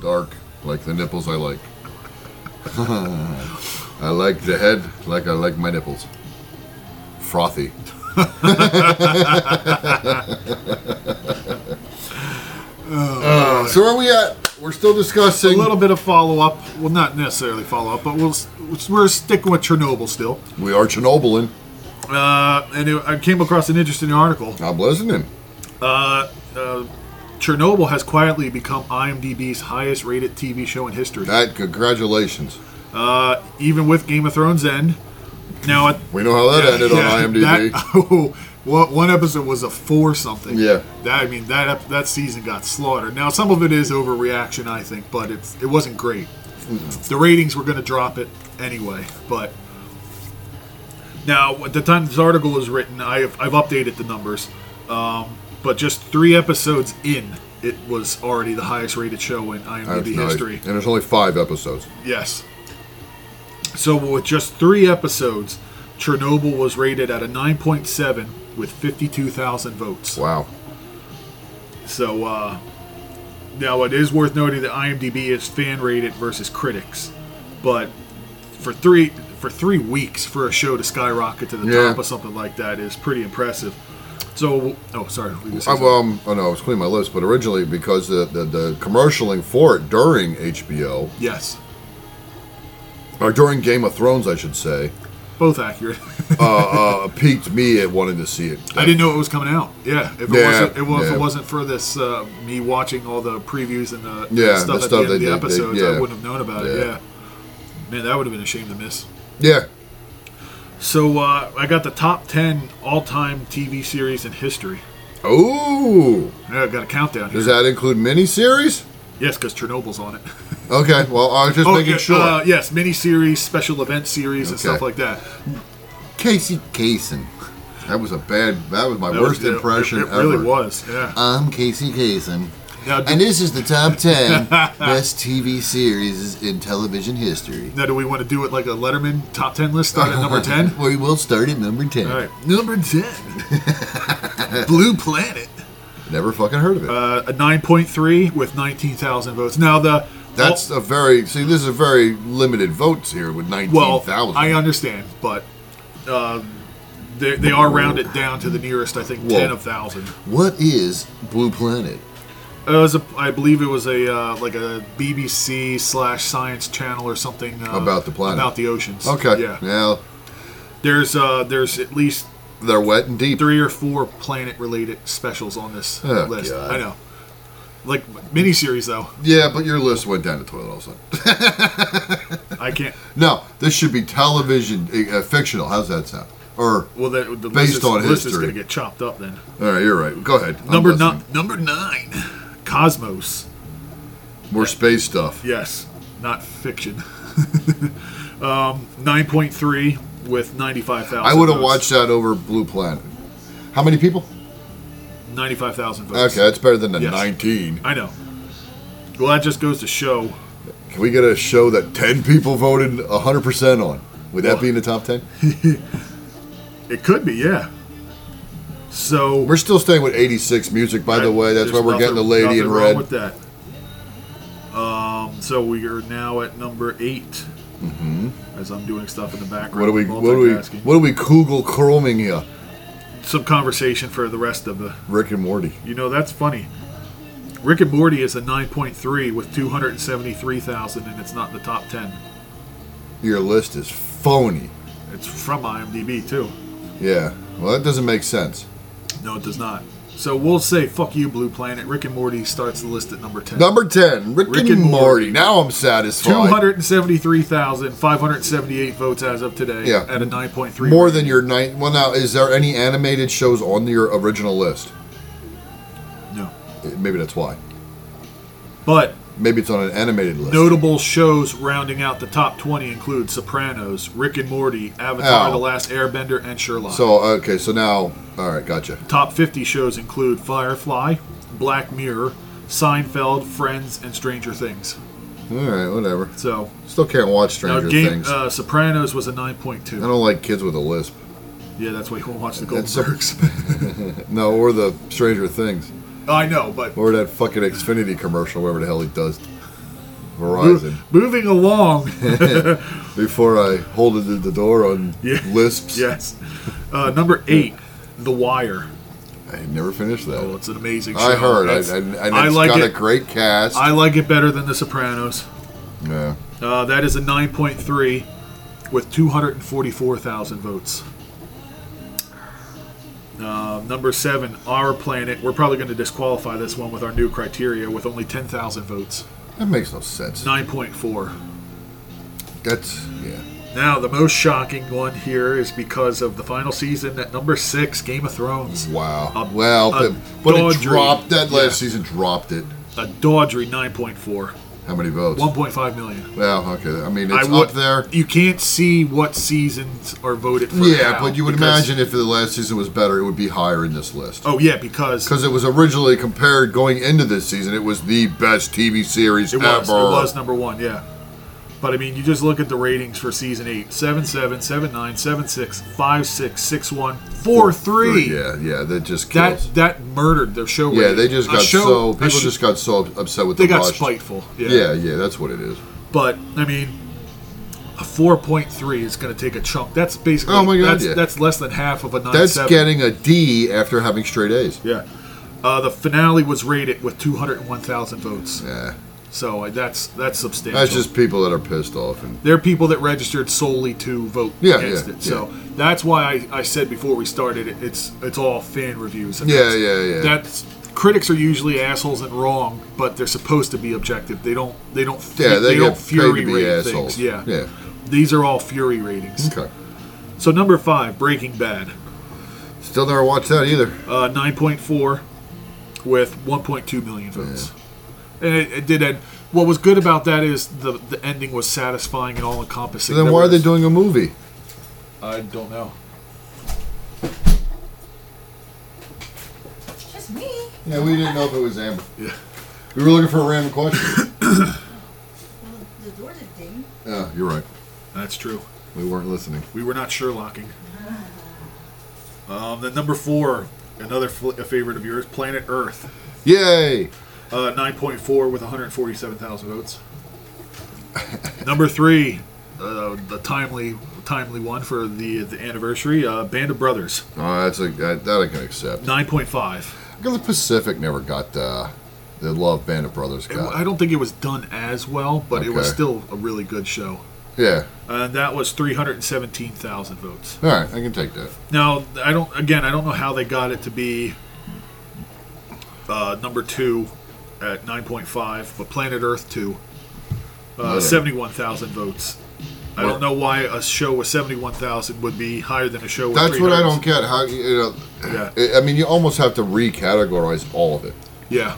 dark like the nipples I like. I like the head like I like my nipples. Frothy. Uh, so where are we at? We're still a discussing. little bit of follow up. Well, not necessarily follow up, but we'll s- we're sticking with Chernobyl still. We are Chernobylin. Uh, and it, I came across an interesting article. I'm listening. Chernobyl has quietly become IMDb's highest rated TV show in history, That congratulations. even with Game of Thrones end. Now, at, We know how that ended Yeah, on IMDb. That, oh, one- one episode was a four something. Yeah. That I mean that ep- that season got slaughtered. Now some of it is overreaction, I think, but it's it wasn't great. The ratings were going to drop it anyway, but now at the time this article was written, I've I've updated the numbers, um, but just three episodes in, it was already the highest rated show in That's IMDb nice. history. And there's only five episodes. Yes. So with just three episodes, Chernobyl was rated at a 9.7 with 52,000 votes. Wow. So uh, now it is worth noting that IMDb is fan rated versus critics, but for three for three weeks for a show to skyrocket to the Yeah. top of something like that is pretty impressive. So oh sorry, we just- I, um, oh no, I was cleaning my lips, but originally because the, the, the commercialing for it during HBO, yes, or during Game of Thrones, I should say, both accurate. uh, uh, piqued me at wanting to see it. I didn't know it was coming out. Yeah, if it Yeah, wasn't, it, wa- if yeah. it wasn't for this, uh, me watching all the previews and the Yeah, stuff the at stuff the end they of the did, they- episodes, yeah. I wouldn't have known about Yeah. it. Yeah, man, that would have been a shame to miss. Yeah. So uh, I got the top ten all-time TV series in history. Oh, Yeah, I got a countdown here. does that include miniseries? yes, because Chernobyl's on it. Okay. Well, I was just making yeah, sure. Uh, yes, miniseries, special event series, and stuff Okay. like that. Casey Kasem. That was a bad. That was my That worst was- it- impression It, it ever. really was. Uh, Yeah. I'm Casey Kasem. Now, do, And this is the top 10 best TV series in television history. now, do we want to do it like a Letterman top ten list? Start at number ten. We will start at number 10. All right, number ten, Blue Planet. Never fucking heard of it. uh, a 9.3 with 19,000 votes. Now the That's a very, see, this is a very limited votes here with well, 19,000. well I understand, but uh, they, they are rounded down to the nearest, I think, Whoa. ten of thousand. what is Blue Planet? It was, a, I believe, it was a uh, like a BBC slash Science Channel or something uh, About the planet. about the oceans. Okay. yeah. Now, There's uh, there's at least they're wet and deep. three or four planet related specials on this Oh, list. God. I know, like miniseries though. Yeah, but your list went down the toilet all of a sudden. I can't. No, this should be television, uh, fictional. How's that sound? Or, Well, the, the Based list is, on list is history. going to get chopped up then. all right, you're right. Go ahead. I'm Number listening. nine. Number nine. Cosmos. More space stuff. Yes, not fiction. um, nine point three with ninety five thousand. I would have watched that over Blue Planet. How many people? ninety five thousand votes. Okay, that's better than the Yes. 19. I know. Well, that just goes to show. Can we get a show that 10 people voted 100% on? Would that be in the top 10? It could be, yeah. So We're still staying with 86 music, by the way. That's there's why we're getting the nothing- lady nothing in wrong red. With that. Um, so we are now at number 8 Mm-hmm. As I'm doing stuff in the background. What do we, what do we, multitasking. what do we Google Chroming here? Some conversation for the rest of the Rick and Morty. You know, that's funny. Rick and Morty is a 9.3 with 273,000, and it's not in the top 10. Your list is phony. It's from IMDb, too. Yeah. Well, that doesn't make sense. No, it does not. So we'll say fuck you, Blue Planet. Rick and Morty starts the list at number ten. Number 10, Rick, and, Morty. Now I'm satisfied. Two hundred and seventy-three thousand five hundred seventy-eight votes as of today. Yeah. At a nine point three. More than your nine. Well, now, is there any animated shows on your original list? no. Eh, Maybe that's why. But Maybe it's on an animated list. notable shows rounding out the top twenty include Sopranos, Rick and Morty, Avatar: Ow. The Last Airbender, and Sherlock. So, okay, so now. Alright, gotcha. Top 50 shows include Firefly, Black Mirror, Seinfeld, Friends, and Stranger Things. Alright, whatever. So, Still can't watch now Stranger game, Things. uh, Sopranos was a I 9.2. don't like kids with a lisp. Yeah, that's why you won't watch the It's a- Goldbergs. No, or the Stranger Things. I know, but Or that fucking Xfinity commercial, whatever the hell he does. Verizon. moving along. Before I hold it at the door on Yeah. lisps. yes. Uh, number eight, The Wire. I never finished that. Oh, it's an amazing show. I heard. I, That's- I, and I it's like got it. a great cast. I like it better than The Sopranos. yeah. Uh, that is a 9.3 with 244,000 votes. Uh, number seven, Our Planet. We're probably going to disqualify this one with our new criteria with only 10,000 votes. That makes no sense. 9.4. That's yeah. Now, the most shocking one here is because of the final season at number six, Game of Thrones. Wow. A- well, a but, but it dog dream. dropped that Uh, Yeah. last season. Dropped it. A Dodgery 9.4. How many votes? 1.5 million. well, okay. I mean, it's would- up there. You can't see what seasons are voted for. Yeah, now but you would because- imagine if the last season was better, it would be higher in this list. Oh, yeah, because Because it was originally compared going into this season, it was the best TV series It ever. was. It was number one, yeah. But I mean, you just look at the ratings for season eight: seven seven, seven nine, seven six, five six, six one, four three. Yeah, yeah. That just That kills. that murdered their show. yeah, rating. they just A got show- so a people sh- just got so upset with they the got rushed- spiteful. Yeah. Yeah, yeah, that's what it is. But I mean, a four point three is going to take a chunk. That's basically. Oh my God, That's, yeah. that's less than half of a nine That's seven. getting a D after having straight A's. Yeah. Uh, the finale was rated with two hundred and one thousand votes. Yeah, So uh, that's that's substantial. that's just people that are pissed off and They're people that registered solely to vote Yeah, against yeah, it. So that's why I, I said before we started it, it's it's all fan reviews. And Yeah, that's- yeah, yeah. That's critics are usually assholes and wrong, but they're supposed to be objective. They don't they don't fu- Yeah, they, don't get fury paid to be rate assholes. things. Yeah. Yeah. These are all fury ratings. Okay. So number 5, Breaking Bad. Still never watched that either. Uh, 9.4 with 1.2 million votes. And it, it did end. What was good about that is the the ending was satisfying and all encompassing. then There why are they was- doing a movie? I don't know. Just me. Yeah, we didn't know if it was Amber. Yeah. We were looking for a random question. Well, the doors are ding. yeah, you're right. That's true. We weren't listening. We were not Sherlocking. Um, then number four, another fl- a favorite of yours, Planet Earth, Yay! uh, nine point four with one hundred forty-seven thousand votes. number three, uh, the timely timely one for the the anniversary, uh, Band of Brothers, Oh, that's a that, that I can accept. nine point five. Because the Pacific never got the the love Band of Brothers got. I don't think it was done as well, but it was Okay. still a really good show. yeah. And that was three hundred seventeen thousand votes. All right, I can take that. Now, I don't. Again, I don't know how they got it to be uh, number two at nine point five, but Planet Earth two, uh, Okay. seventy-one thousand votes. I What? don't know why a show with seventy-one thousand would be higher than a show. With That's what I don't 300. get. How you know? Yeah. I- I mean, you almost have to recategorize all of it. Yeah.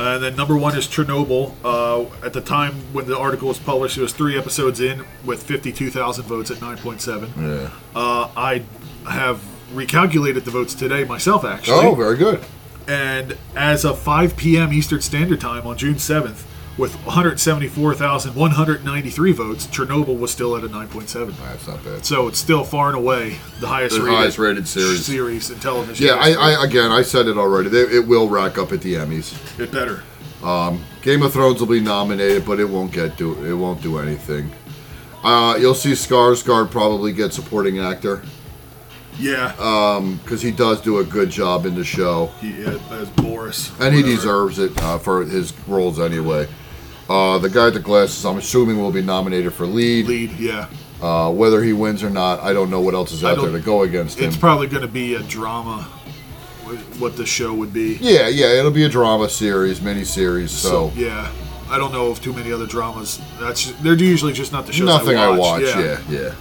And then number one is Chernobyl. Uh, at the time when the article was published, it was three episodes in with fifty-two thousand votes at nine point seven. Yeah. Uh, I have recalculated the votes today myself, actually. Oh, very good. and as of 5 p.m. Eastern Standard Time on June 7th, with 174,193 votes, Chernobyl was still at a 9.7. That's not bad. So it's still far and away the highest, The rated, highest rated series. series in television. Yeah, I, I again, I said it already. They, it will rack up at the Emmys. it better. Game of Thrones will be nominated, but it won't get do it won't do anything. Uh, you'll see Skarsgård probably get supporting actor Yeah, Uh, because he does do a good job in the show, he uh, as Boris, and he whatever. deserves it uh, for his roles anyway. Uh, the guy with the glasses, I'm assuming, will be nominated for lead. lead. Yeah, Uh, whether he wins or not, I don't know what else is I out there don't- to go against him. it's probably going to be a drama what the show would be. Yeah, yeah, it'll be a drama series, mini series. So, yeah, I don't know of too many other dramas. That's they're usually just not the shows. nothing I I watch. watch. yeah, yeah.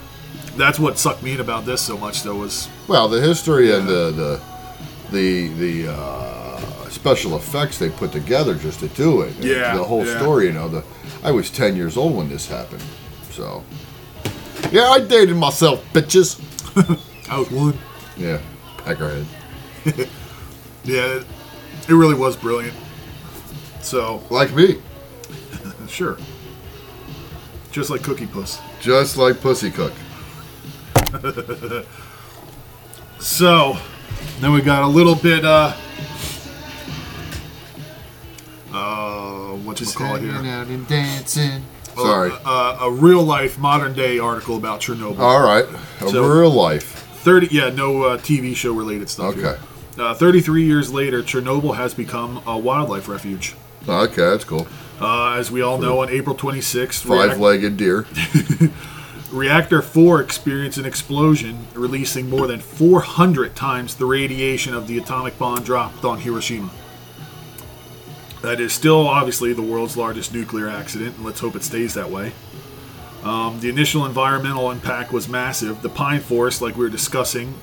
that's what sucked me in about this so much though was Well, the history and the the the, the uh, special effects they put together just to do it. and Yeah, the whole yeah. story. You know, the I was ten years old when this happened, so yeah, I dated myself, bitches. I was one. Yeah, peckerhead. Yeah, it, it really was brilliant. So Like me, sure, just like Cookie Puss. just like Pussy Cook. So then we got a little bit uh uh what you call it here? out and dancing. Sorry. Uh, a real life modern day article about Chernobyl. All right, Uh, a So- real life. 30 yeah no uh, tv show related stuff Okay. here. Uh, 33 years later chernobyl has become a wildlife refuge Okay, that's cool. uh, as we all know on april 26th reac- Five-legged deer. reactor 4 experienced an explosion releasing more than 400 times the radiation of the atomic bomb dropped on hiroshima that is still obviously the world's largest nuclear accident and let's hope it stays that way um, the initial environmental impact was massive the pine forest like we were discussing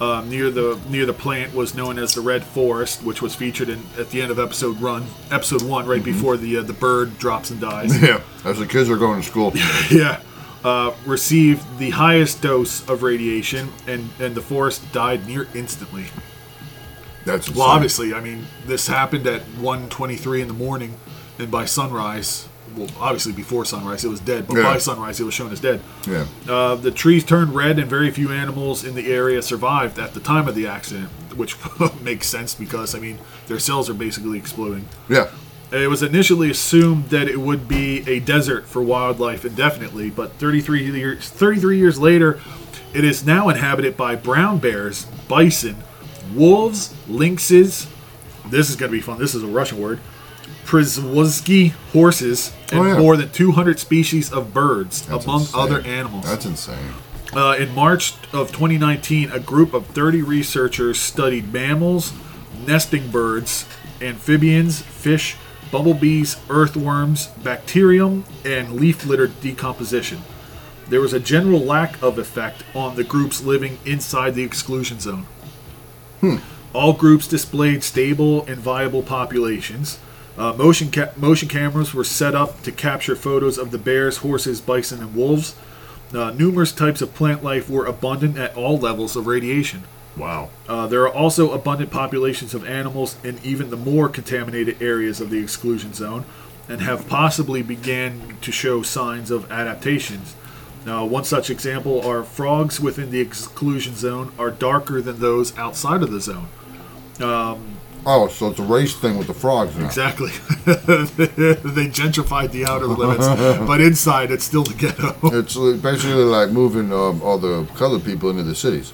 um, near the near the plant was known as the Red Forest, which was featured in at the end of episode run episode one, right before the uh, the bird drops and dies. Yeah, as the kids are going to school. yeah, uh, received the highest dose of radiation, and and the forest died near instantly. That's Well, insane. obviously, I mean this happened at 1:23 in the morning, and by sunrise, well, obviously before sunrise it was dead, but Yeah. by sunrise it was shown as dead. Yeah. Uh, the trees turned red, and very few animals in the area survived at the time of the accident, which makes sense because, I mean, their cells are basically exploding. Yeah. It was initially assumed that it would be a desert for wildlife indefinitely, but 33 years, 33 years later, it is now inhabited by brown bears, bison, wolves, lynxes. This is going to be fun. This is a Russian word. Przewozki horses and Oh, yeah. more than 200 species of birds, That's among insane. other animals. That's insane. Uh, in March of 2019, a group of 30 researchers studied mammals, nesting birds, amphibians, fish, bumblebees, earthworms, bacterium, and leaf litter decomposition. There was a general lack of effect on the groups living inside the exclusion zone. All groups displayed stable and viable populations. Uh, motion ca- motion cameras were set up to capture photos of the bears, horses, bison, and wolves. Uh, numerous types of plant life were abundant at all levels of radiation. Wow. Uh, there are also abundant populations of animals in even the more contaminated areas of the exclusion zone, and have possibly began to show signs of adaptations. Now, one such example are frogs within the exclusion zone are darker than those outside of the zone. Oh, so it's a race thing with the frogs now. Exactly. they gentrified the outer limits, but inside it's still the ghetto. It's li- basically like moving um, all the colored people into the cities.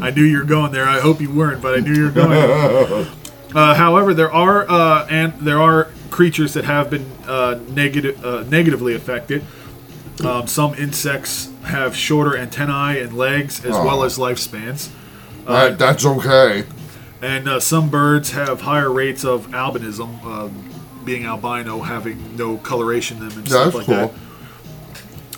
I knew you were going there. I hope you weren't, but I knew you were going. Uh, however, there are uh, and there are creatures that have been uh, negative uh, negatively affected. Um, some insects have shorter antennae and legs, as well Aw. as lifespans, Uh, That- that's okay. and uh, some birds have higher rates of albinism, um being albino, having no coloration in them and That's stuff like cool.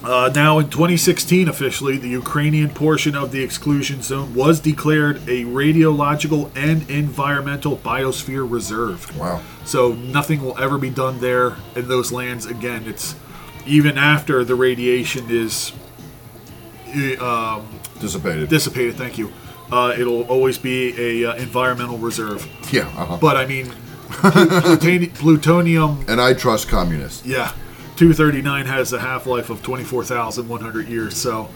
that. Uh, now, in 2016, officially, the Ukrainian portion of the exclusion zone was declared a radiological and environmental biosphere reserve. Wow. So nothing will ever be done there in those lands again. It's even after the radiation is eh, um, Dissipated. dissipated. Thank you. Uh, it'll always be a uh, environmental reserve. yeah. Uh-huh. But I mean, plu- plutani- plutonium and I trust communists. yeah, 239 has a half life of 24,100 years, so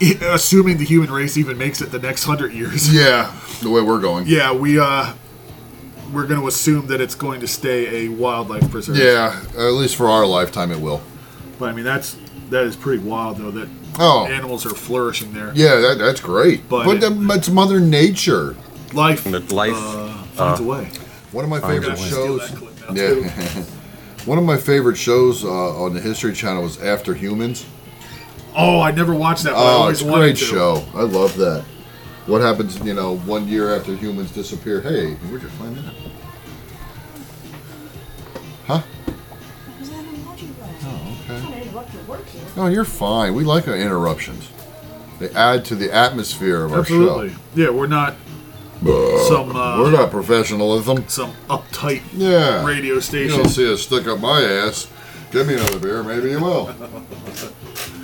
i- assuming the human race even makes it the next 100 years. Yeah. The way we're going. Yeah, we uh we're going to assume that it's going to stay a wildlife preserve. Yeah. At least for our lifetime, it will. But I mean that's that is pretty wild though that Oh. animals are flourishing there. Yeah. That, that's great. But But, it- that, that's Mother Nature. Life That life, uh, finds a way. One of my favorite Steal that shows. clip now, too. Yeah. One of my favorite shows uh, on the History Channel was After Humans. Oh, I never watched that. But I Oh, always it's a wanted great to. show. I love that. What happens, you know, one year after humans disappear? Hey, where'd you find that? Huh? I was having an emoji problem. Oh, I okay. don't wanna interrupt your work here. No, you're fine. We like our interruptions. They add to the atmosphere of Absolutely. Yeah, we're not our show. Some, uh, We're not professionalism. some uptight Yeah. radio You station. don't see us stick up my ass. Give me another beer, maybe you will.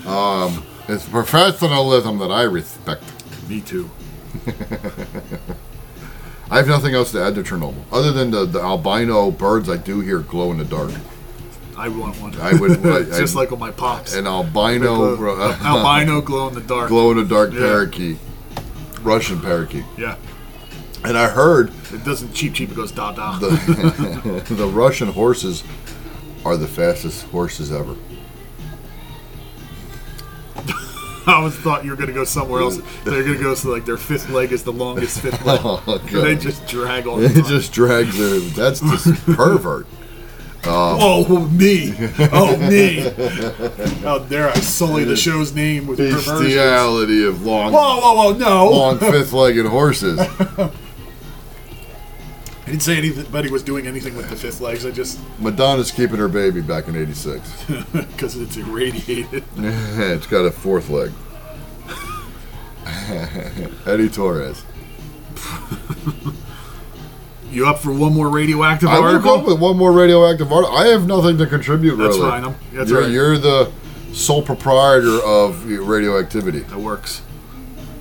um, it's professionalism that I respect. Me too. I have nothing else to add to Chernobyl, other than the, the albino birds I do hear glow in the dark. I want one. I would- I- just I- like on my pops. An albino, uh, albino glow in the dark. glow in the dark Yeah. parakeet, Russian parakeet. Yeah, And I heard it doesn't cheep cheep. It goes da da. the the Russian horses are the fastest horses ever. I always thought you were gonna go somewhere else. They're gonna go so like their fifth leg is the longest fifth leg. Oh, And they God. just drag all the It time. just drags their. That's just pervert. oh me, oh me! How dare I sully the show's name with perversion? Bestiality of long, Whoa, whoa, whoa! No, long fifth-legged horses. I didn't say anybody was doing anything with the fifth legs. I just Madonna's keeping her baby back in '86. because it's irradiated. it's got a fourth leg. Eddie Torres. You up for one more radioactive I will article? go with one more radioactive article. I have nothing to contribute. That's really. fine, I'm- that's you're, all right. you're the sole proprietor of radioactivity. That works.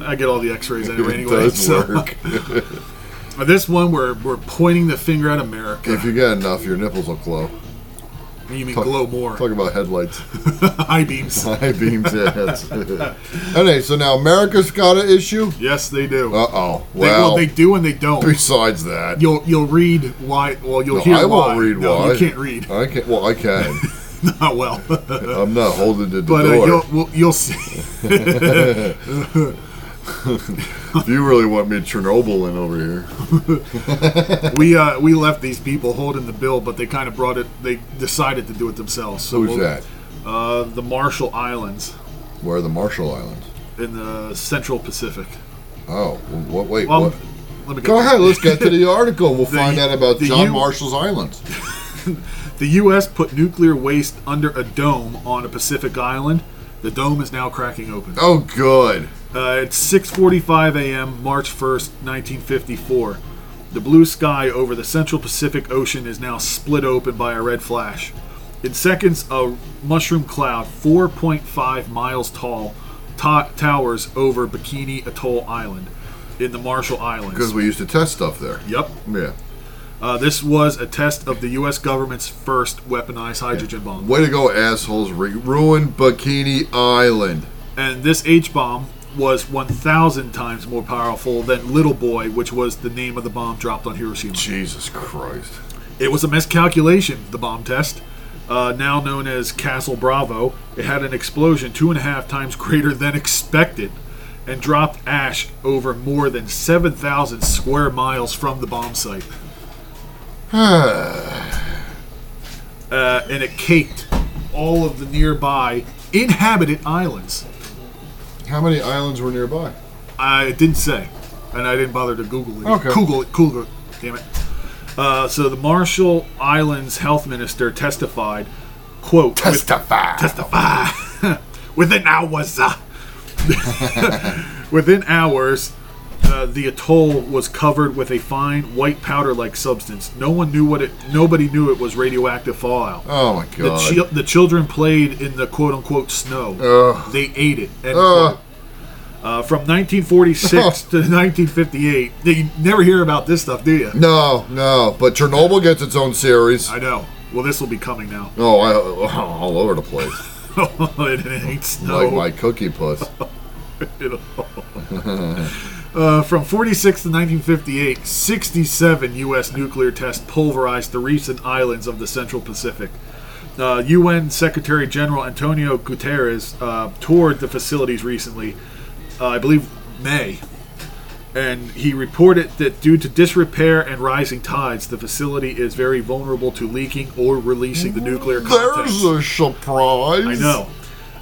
I get all the X-rays It anyway. anyway does so. Uh, work. This one, we're we're pointing the finger at America. if you get enough, your nipples will glow. you mean glow more? Talk Uh-huh. about headlights, High beams. high beams. Yeah, that's- anyway, so now America's got an issue. Yes, they do. Uh oh. they, well, Well, they do and they don't. besides that, You'll you'll read why. Well, you'll No, hear I why. won't read no, why. Uh, You can't read. I can. Well, I can. Not well. I'm not holding the but door. uh, you'll well, you'll see. If you really want me Chernobyl in over here. we uh, we left these people holding the bill, but they kind of brought it. They decided to do it themselves. So Who's we'll- that? Uh, the Marshall Islands Where are the Marshall Islands? in the Central Pacific. Oh, what? Wait, Well, what? let me Go ahead. Let's get to the article. We'll Um, The- find out about the John U- Marshall's Islands. The U.S. put nuclear waste under a dome on a Pacific island. The dome is now cracking open. Oh, good. Uh, it's 6:45 a.m. March 1st, 1954. The blue sky over the central Pacific Ocean is now split open by a red flash. In seconds, a mushroom cloud 4.5 miles tall to- towers over Bikini Atoll Island in the Marshall Because Islands. we used to test stuff there. Yep. Yeah. Uh, this was a test of the U.S. government's first weaponized hydrogen bomb. Way to go, assholes! Re- ruined Bikini Island. and this H bomb was 1,000 times more powerful than Little Boy, which was the name of the bomb dropped on Hiroshima. Jesus Christ. It was a miscalculation, the bomb test, uh, now known as Castle Bravo. It had an explosion two and a half times greater than expected and dropped ash over more than 7,000 square miles from the bomb site. uh, and it caked all of the nearby inhabited islands. How many islands were nearby? I didn't say, and I didn't bother to Google it. Okay. Google it. Google it. Damn it. Uh, so the Marshall Islands health minister testified, quote, with- Testify. within hours, uh, within hours, uh, the atoll was covered with a fine white powder-like substance. No one knew what it. Nobody knew it was radioactive fallout. oh my The, God. chil- the children played in the quote unquote snow. Ugh. They ate it. End Ugh. quote. Uh, from 1946 to 1958, you never hear about this stuff, do you? no, no. But Chernobyl gets its own series. I know. Well, this will be coming now. oh, I, all over the place. it ain't snow. Like my cookie puss. Uh, from 46 to 1958, 67 U.S. nuclear tests pulverized the reefs and islands of the Central Pacific. Uh, UN Secretary General Antonio Guterres uh, toured the facilities recently, uh, I believe May, and he reported that due to disrepair and rising tides, the facility is very vulnerable to leaking or releasing the nuclear contents. There's a surprise. I know.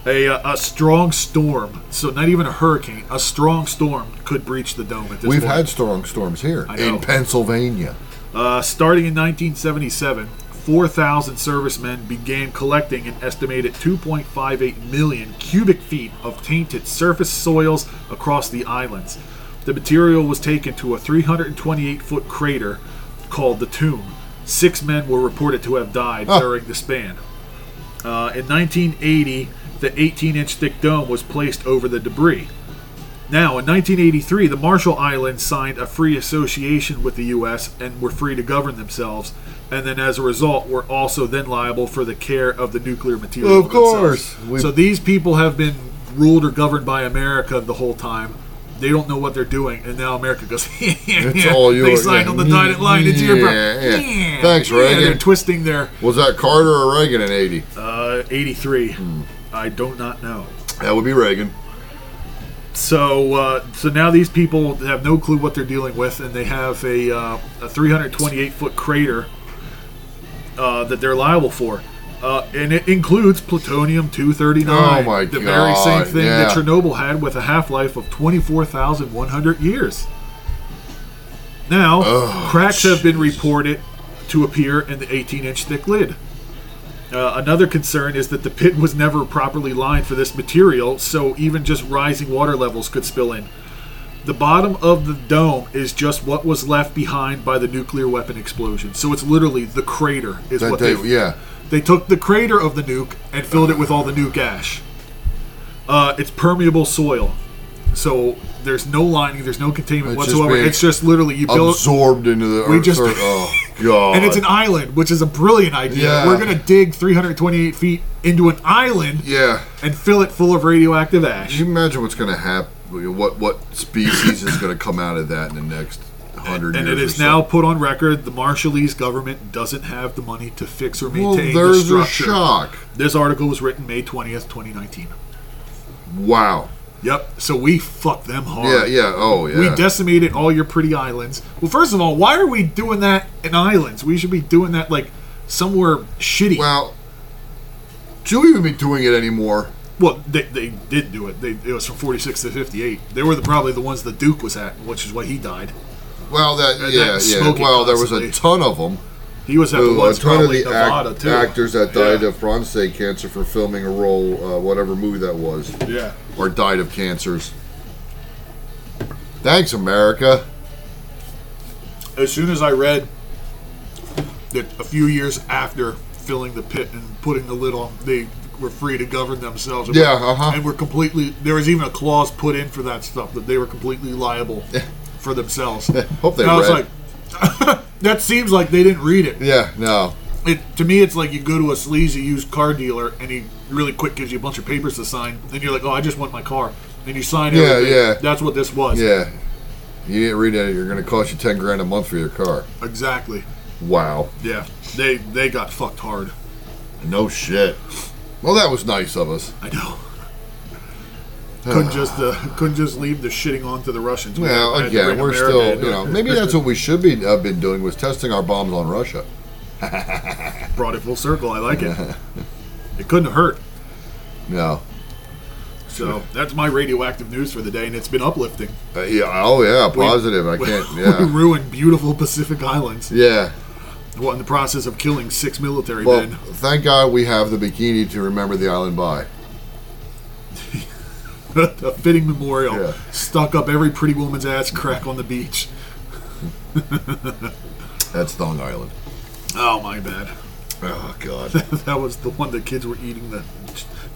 a, uh, a strong storm, so not even a hurricane, a strong storm could breach the dome at this We've point. had strong storms here I know. in Pennsylvania. Uh, starting in 1977, 4,000 servicemen began collecting an estimated 2.58 million cubic feet of tainted surface soils across the islands. The material was taken to a 328 foot crater called the Tomb. Six men were reported to have died Oh. during the span. Uh, in 1980, the 18 inch thick dome was placed over the debris. Now, in 1983, the Marshall Islands signed a free association with the U.S. and were free to govern themselves, and then as a result, were also then liable for the care of the nuclear material. Of course. themselves. We- so these people have been ruled or governed by America the whole time. They don't know what they're doing, and now America goes, It's all They yours, signed yeah. on the dotted line. It's your Yeah, problem. yeah. Thanks, Reagan. They're twisting their Was that Carter or Reagan in 80? uh, 83. I do not know. That would be Reagan. So, uh, so now these people have no clue what they're dealing with, and they have a, uh, a 328 foot crater uh, that they're liable for, uh, and it includes plutonium 239. Oh my the very same God, thing yeah. that Chernobyl had with a half life of 24,100 years. Now, Oh, cracks have been reported to appear in the 18 inch thick lid. Uh, another concern is that the pit was never properly lined for this material, so even just rising water levels could spill in. The bottom of the dome is just what was left behind by the nuclear weapon explosion. So it's literally the crater is That what they, they, yeah. they took the crater of the nuke and filled it with all the nuke ash. Uh, it's permeable soil, so there's no lining, there's no containment It's just whatsoever. being it's just literally you build, Absorbed into the We earth. just- oh, God. and it's an island, which is a brilliant idea. Yeah. We're gonna dig 328 feet into an island yeah. and fill it full of radioactive Can ash. you imagine what's going to happen? What what species is going to come out of that in the next hundred years? And it is or so? now put on record the Marshallese government doesn't have the money to fix or Well, maintain the there's a structure. shock. This article was written May 20th, 2019. Wow. Yep. So we fucked them hard. Yeah, yeah. Oh, yeah. We decimated all your pretty islands. Well, first of all, why are we doing that in islands? We should be doing that like somewhere shitty. Well, well, should we even be doing it anymore? they, they did do it. They, it was from 46 to 58. They were the, probably the ones the Duke was at, which is why he died. Well, that And yeah, that yeah. smoking Well, there was a constantly. ton of them. He was at the Who, a ones ton of probably the Nevada act- too. actors that died Yeah. of prostate cancer for filming a role, uh, whatever movie that was, Yeah. or died of cancers. Thanks, America. As soon as I read that a few years after filling the pit and putting the lid on, they were free to govern themselves. and Yeah, were- uh-huh. And were completely. There was even a clause put in for that stuff that they were completely liable for themselves. Hope they And I was read. like, that seems like they didn't read it. Yeah, no. it. To me, it's like you go to a sleazy used car dealer and he really quick gives you a bunch of papers to sign, and you're like, oh, I just want my car. And you sign Yeah, everything. yeah. That's what this was. Yeah. You didn't read that. You're going to cost you 10 grand a month for your car. Exactly. Wow. Yeah. They they got fucked hard. No shit. Well, that was nice of us. I know. couldn't just uh, couldn't just leave the shitting on to the Russians. We Well, had to again, bring we're America still, into you it. know, maybe that's what we should be have been doing was testing our bombs on Russia. brought it full circle. I like it. it couldn't hurt. No. So that's my radioactive news for the day, and it's been uplifting. Uh, yeah. Oh, yeah. Positive. I can't. we Yeah. ruined beautiful Pacific Islands. Yeah. Well, in the process of killing six military Well, men. thank God we have the bikini to remember the island by. a fitting memorial Yeah. stuck up every pretty woman's ass crack on the beach. That's Thong Island. Oh my bad. Oh God. that was the one the kids were eating the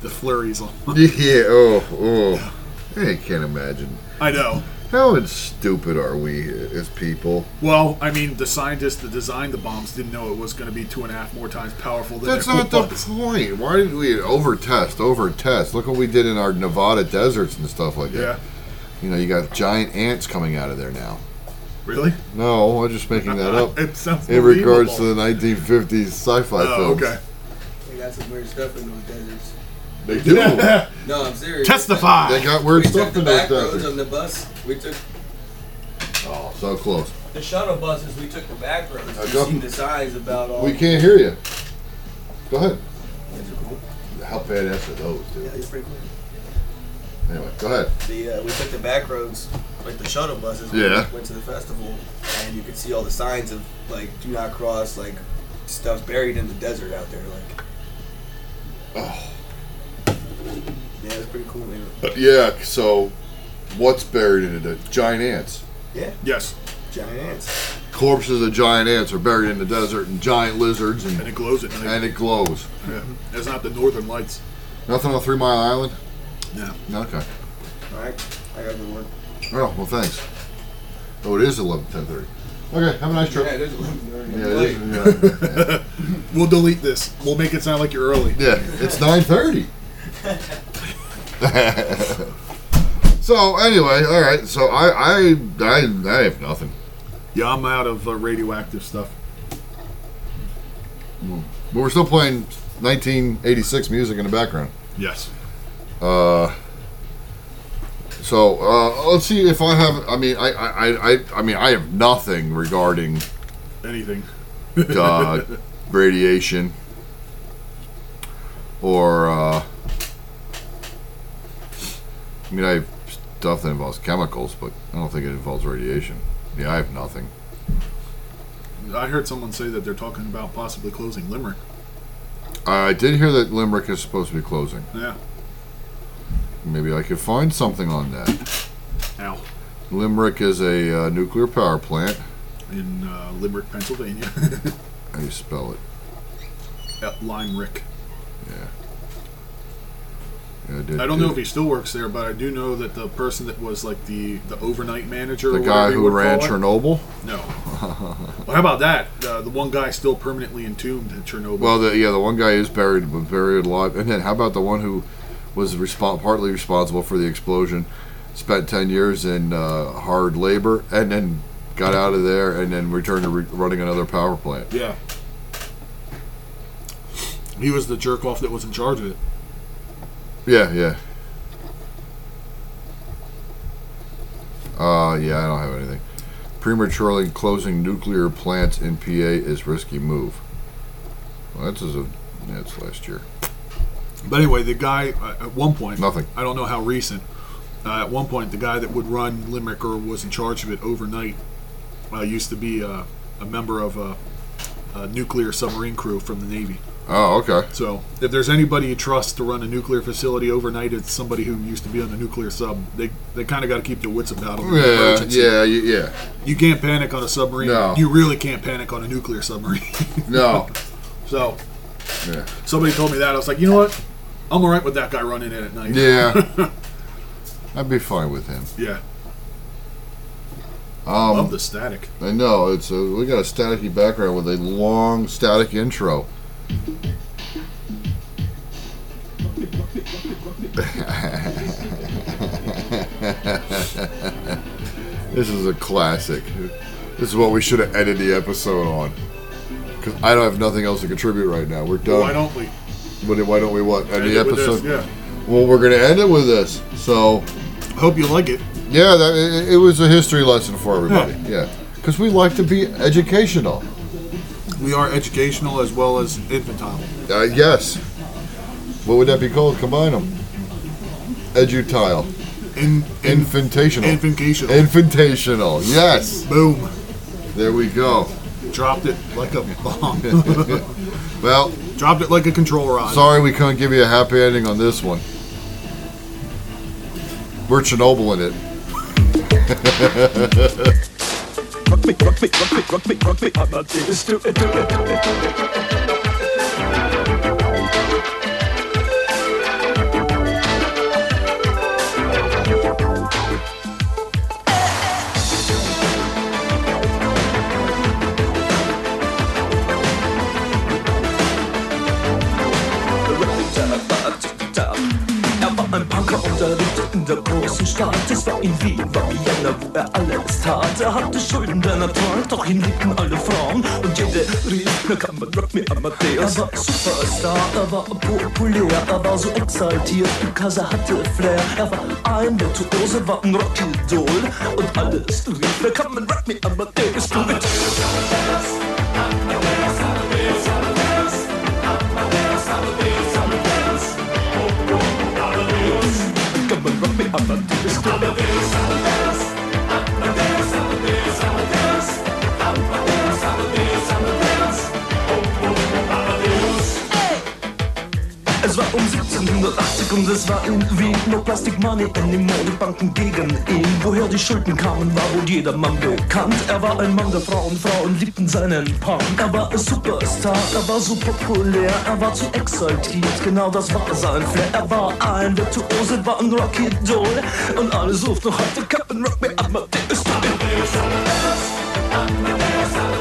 the flurries on. yeah. Oh. Oh. I can't imagine. I know. How stupid are we as people? Well, I mean, the scientists that designed the bombs didn't know it was going to be two and a half more times powerful than That's it not the was. point. Why did we overtest? Overtest. Look what we did in our Nevada deserts and stuff like that. Yeah. You know, you got giant ants coming out of there now. Really? No, I'm just making that up. it sounds in regards to believable. the 1950s sci-fi Oh, films. okay. They got some weird stuff in those deserts. They do. they No, I'm serious. Testify. got weird we stuff took the in those back roads deserts. on the bus. We took Oh, so close. the shuttle buses. We took the back roads. I We got- seen the signs about all. We can't hear you. Go ahead. Those are cool. How how badass are those, Yeah, Oh, dude? it's pretty cool. Anyway, go ahead. The, uh, we took the back roads, like the shuttle buses. Yeah. We went to the festival, and you could see all the signs of like "Do not cross," like stuff buried in the desert out there. Like, Oh. yeah, it's pretty cool. Man. But yeah, so what's buried in it? The giant ants. Yeah, Yes, giant ants. Corpses of giant ants are buried in the desert, and giant lizards, and and, it glows at night. and it glows. Yeah. That's not the Northern Lights. Nothing on Three Mile Island? No. Okay. All right, I got good one. Oh, well, thanks. Oh, it is 11, 10:30. Okay, have a nice trip. Yeah, there's a one. Yeah, it is, yeah. We'll delete this. We'll make it sound like you're early. Yeah, it's 9:30. so anyway, all right. So I, I, I, I have nothing. Yeah, I'm out of uh, radioactive stuff. But we're still playing 1986 music in the background. Yes. So uh, let's see if I have. I mean, I, I, I, I- I mean, I have nothing regarding Anything. uh, radiation or. Uh, I mean, I have stuff that involves chemicals, but I don't think it involves radiation. Yeah, I have nothing. I heard someone say that they're talking about possibly closing Limerick. I did hear that Limerick is supposed to be closing. Yeah. Maybe I could find something on that. Ow. Limerick is a uh, nuclear power plant. In uh, Limerick, Pennsylvania. How do you spell it? at Lime Rick. Yeah, did- I don't know did- if he still works there, but I do know that the person that was like the, the overnight manager, the or guy whatever you who would ran call it- Chernobyl. No. well, how about that? Uh, the one guy still permanently entombed at Chernobyl. Well, the, yeah, the one guy is buried, but buried alive. And then how about the one who was respon partly responsible for the explosion, spent ten years in uh, hard labor, and then got out of there, and then returned to re- running another power plant. yeah. He was the jerk off that was in charge of it. Yeah, yeah. Uh, yeah, I don't have anything. Prematurely closing nuclear plants in PA is risky move. Well, that's as of that's last year. But anyway, the guy uh, at one point, Nothing. I don't know how recent. Uh, at one point, the guy that would run Limerick or was in charge of it overnight uh, used to be uh, a member of a, a nuclear submarine crew from the Navy. Oh, okay. So, if there's anybody you trust to run a nuclear facility overnight, it's somebody who used to be on the nuclear sub. They they kind of got to keep their wits about them. in an Yeah, emergency. yeah, y- yeah. You can't panic on a submarine. No. You really can't panic on a nuclear submarine. No. so, Yeah. somebody told me that. I was like, you know what? I'm all right with that guy running in at night. Yeah. I'd be fine with him. Yeah. Love Um, the static. I know it's a, we got a staticky background with a long static intro. this is a classic. This is what we should have ended the episode on. Because I don't have nothing else to contribute right now. We're done. Why don't we? What do- why don't we what? End End um, the it with this, episode? yeah. Well, we're going to end it with this. So, Hope you like it. yeah, that, it, it was a history lesson for Uh-huh. everybody. Yeah. Because we like to be educational. We are educational as well as infantile. Uh, yes. What would that be called? Combine them. Edutile. In, in, Infantational. infantational. Infantational. Yes. Boom. There we go. Dropped it like a bomb. Well, Dropped it like a control rod. sorry we couldn't give you a happy ending on this one. We're Chernobyl in it. Er war ein Punker unterrichtet in der großen Stadt. Es war in Wien, war Vienna, wo er alles tat. Er hatte Schulden, der Natur, doch ihn liebten alle Frauen. Und jede rief, na kann man Rock Me Amadeus. Er war Superstar, er war populär, er war so exaltiert, because er hatte Flair. Er war ein Virtuose, war ein Rockidol. Und alles rief, na kann man Rock Me Amadeus. Du mit Amadeus, Amadeus, Amadeus, Amadeus, Amadeus, Amadeus. war um 1780 und es war in Wien. No Plastic Money in den Modebanken gegen ihn. Woher die Schulden kamen, war wohl jedermann bekannt. Er war ein Mann der Frauen, Frauen liebten seinen Punk. Er war ein Superstar, er war so populär, er war zu exaltiert. Genau das war sein Flair. Er war ein Virtuose, war ein Rocky-Doll. Und alle suchten noch heute Captain Rock, mir ab, der ist Amadeus. Amadeus, Amadeus, Amadeus.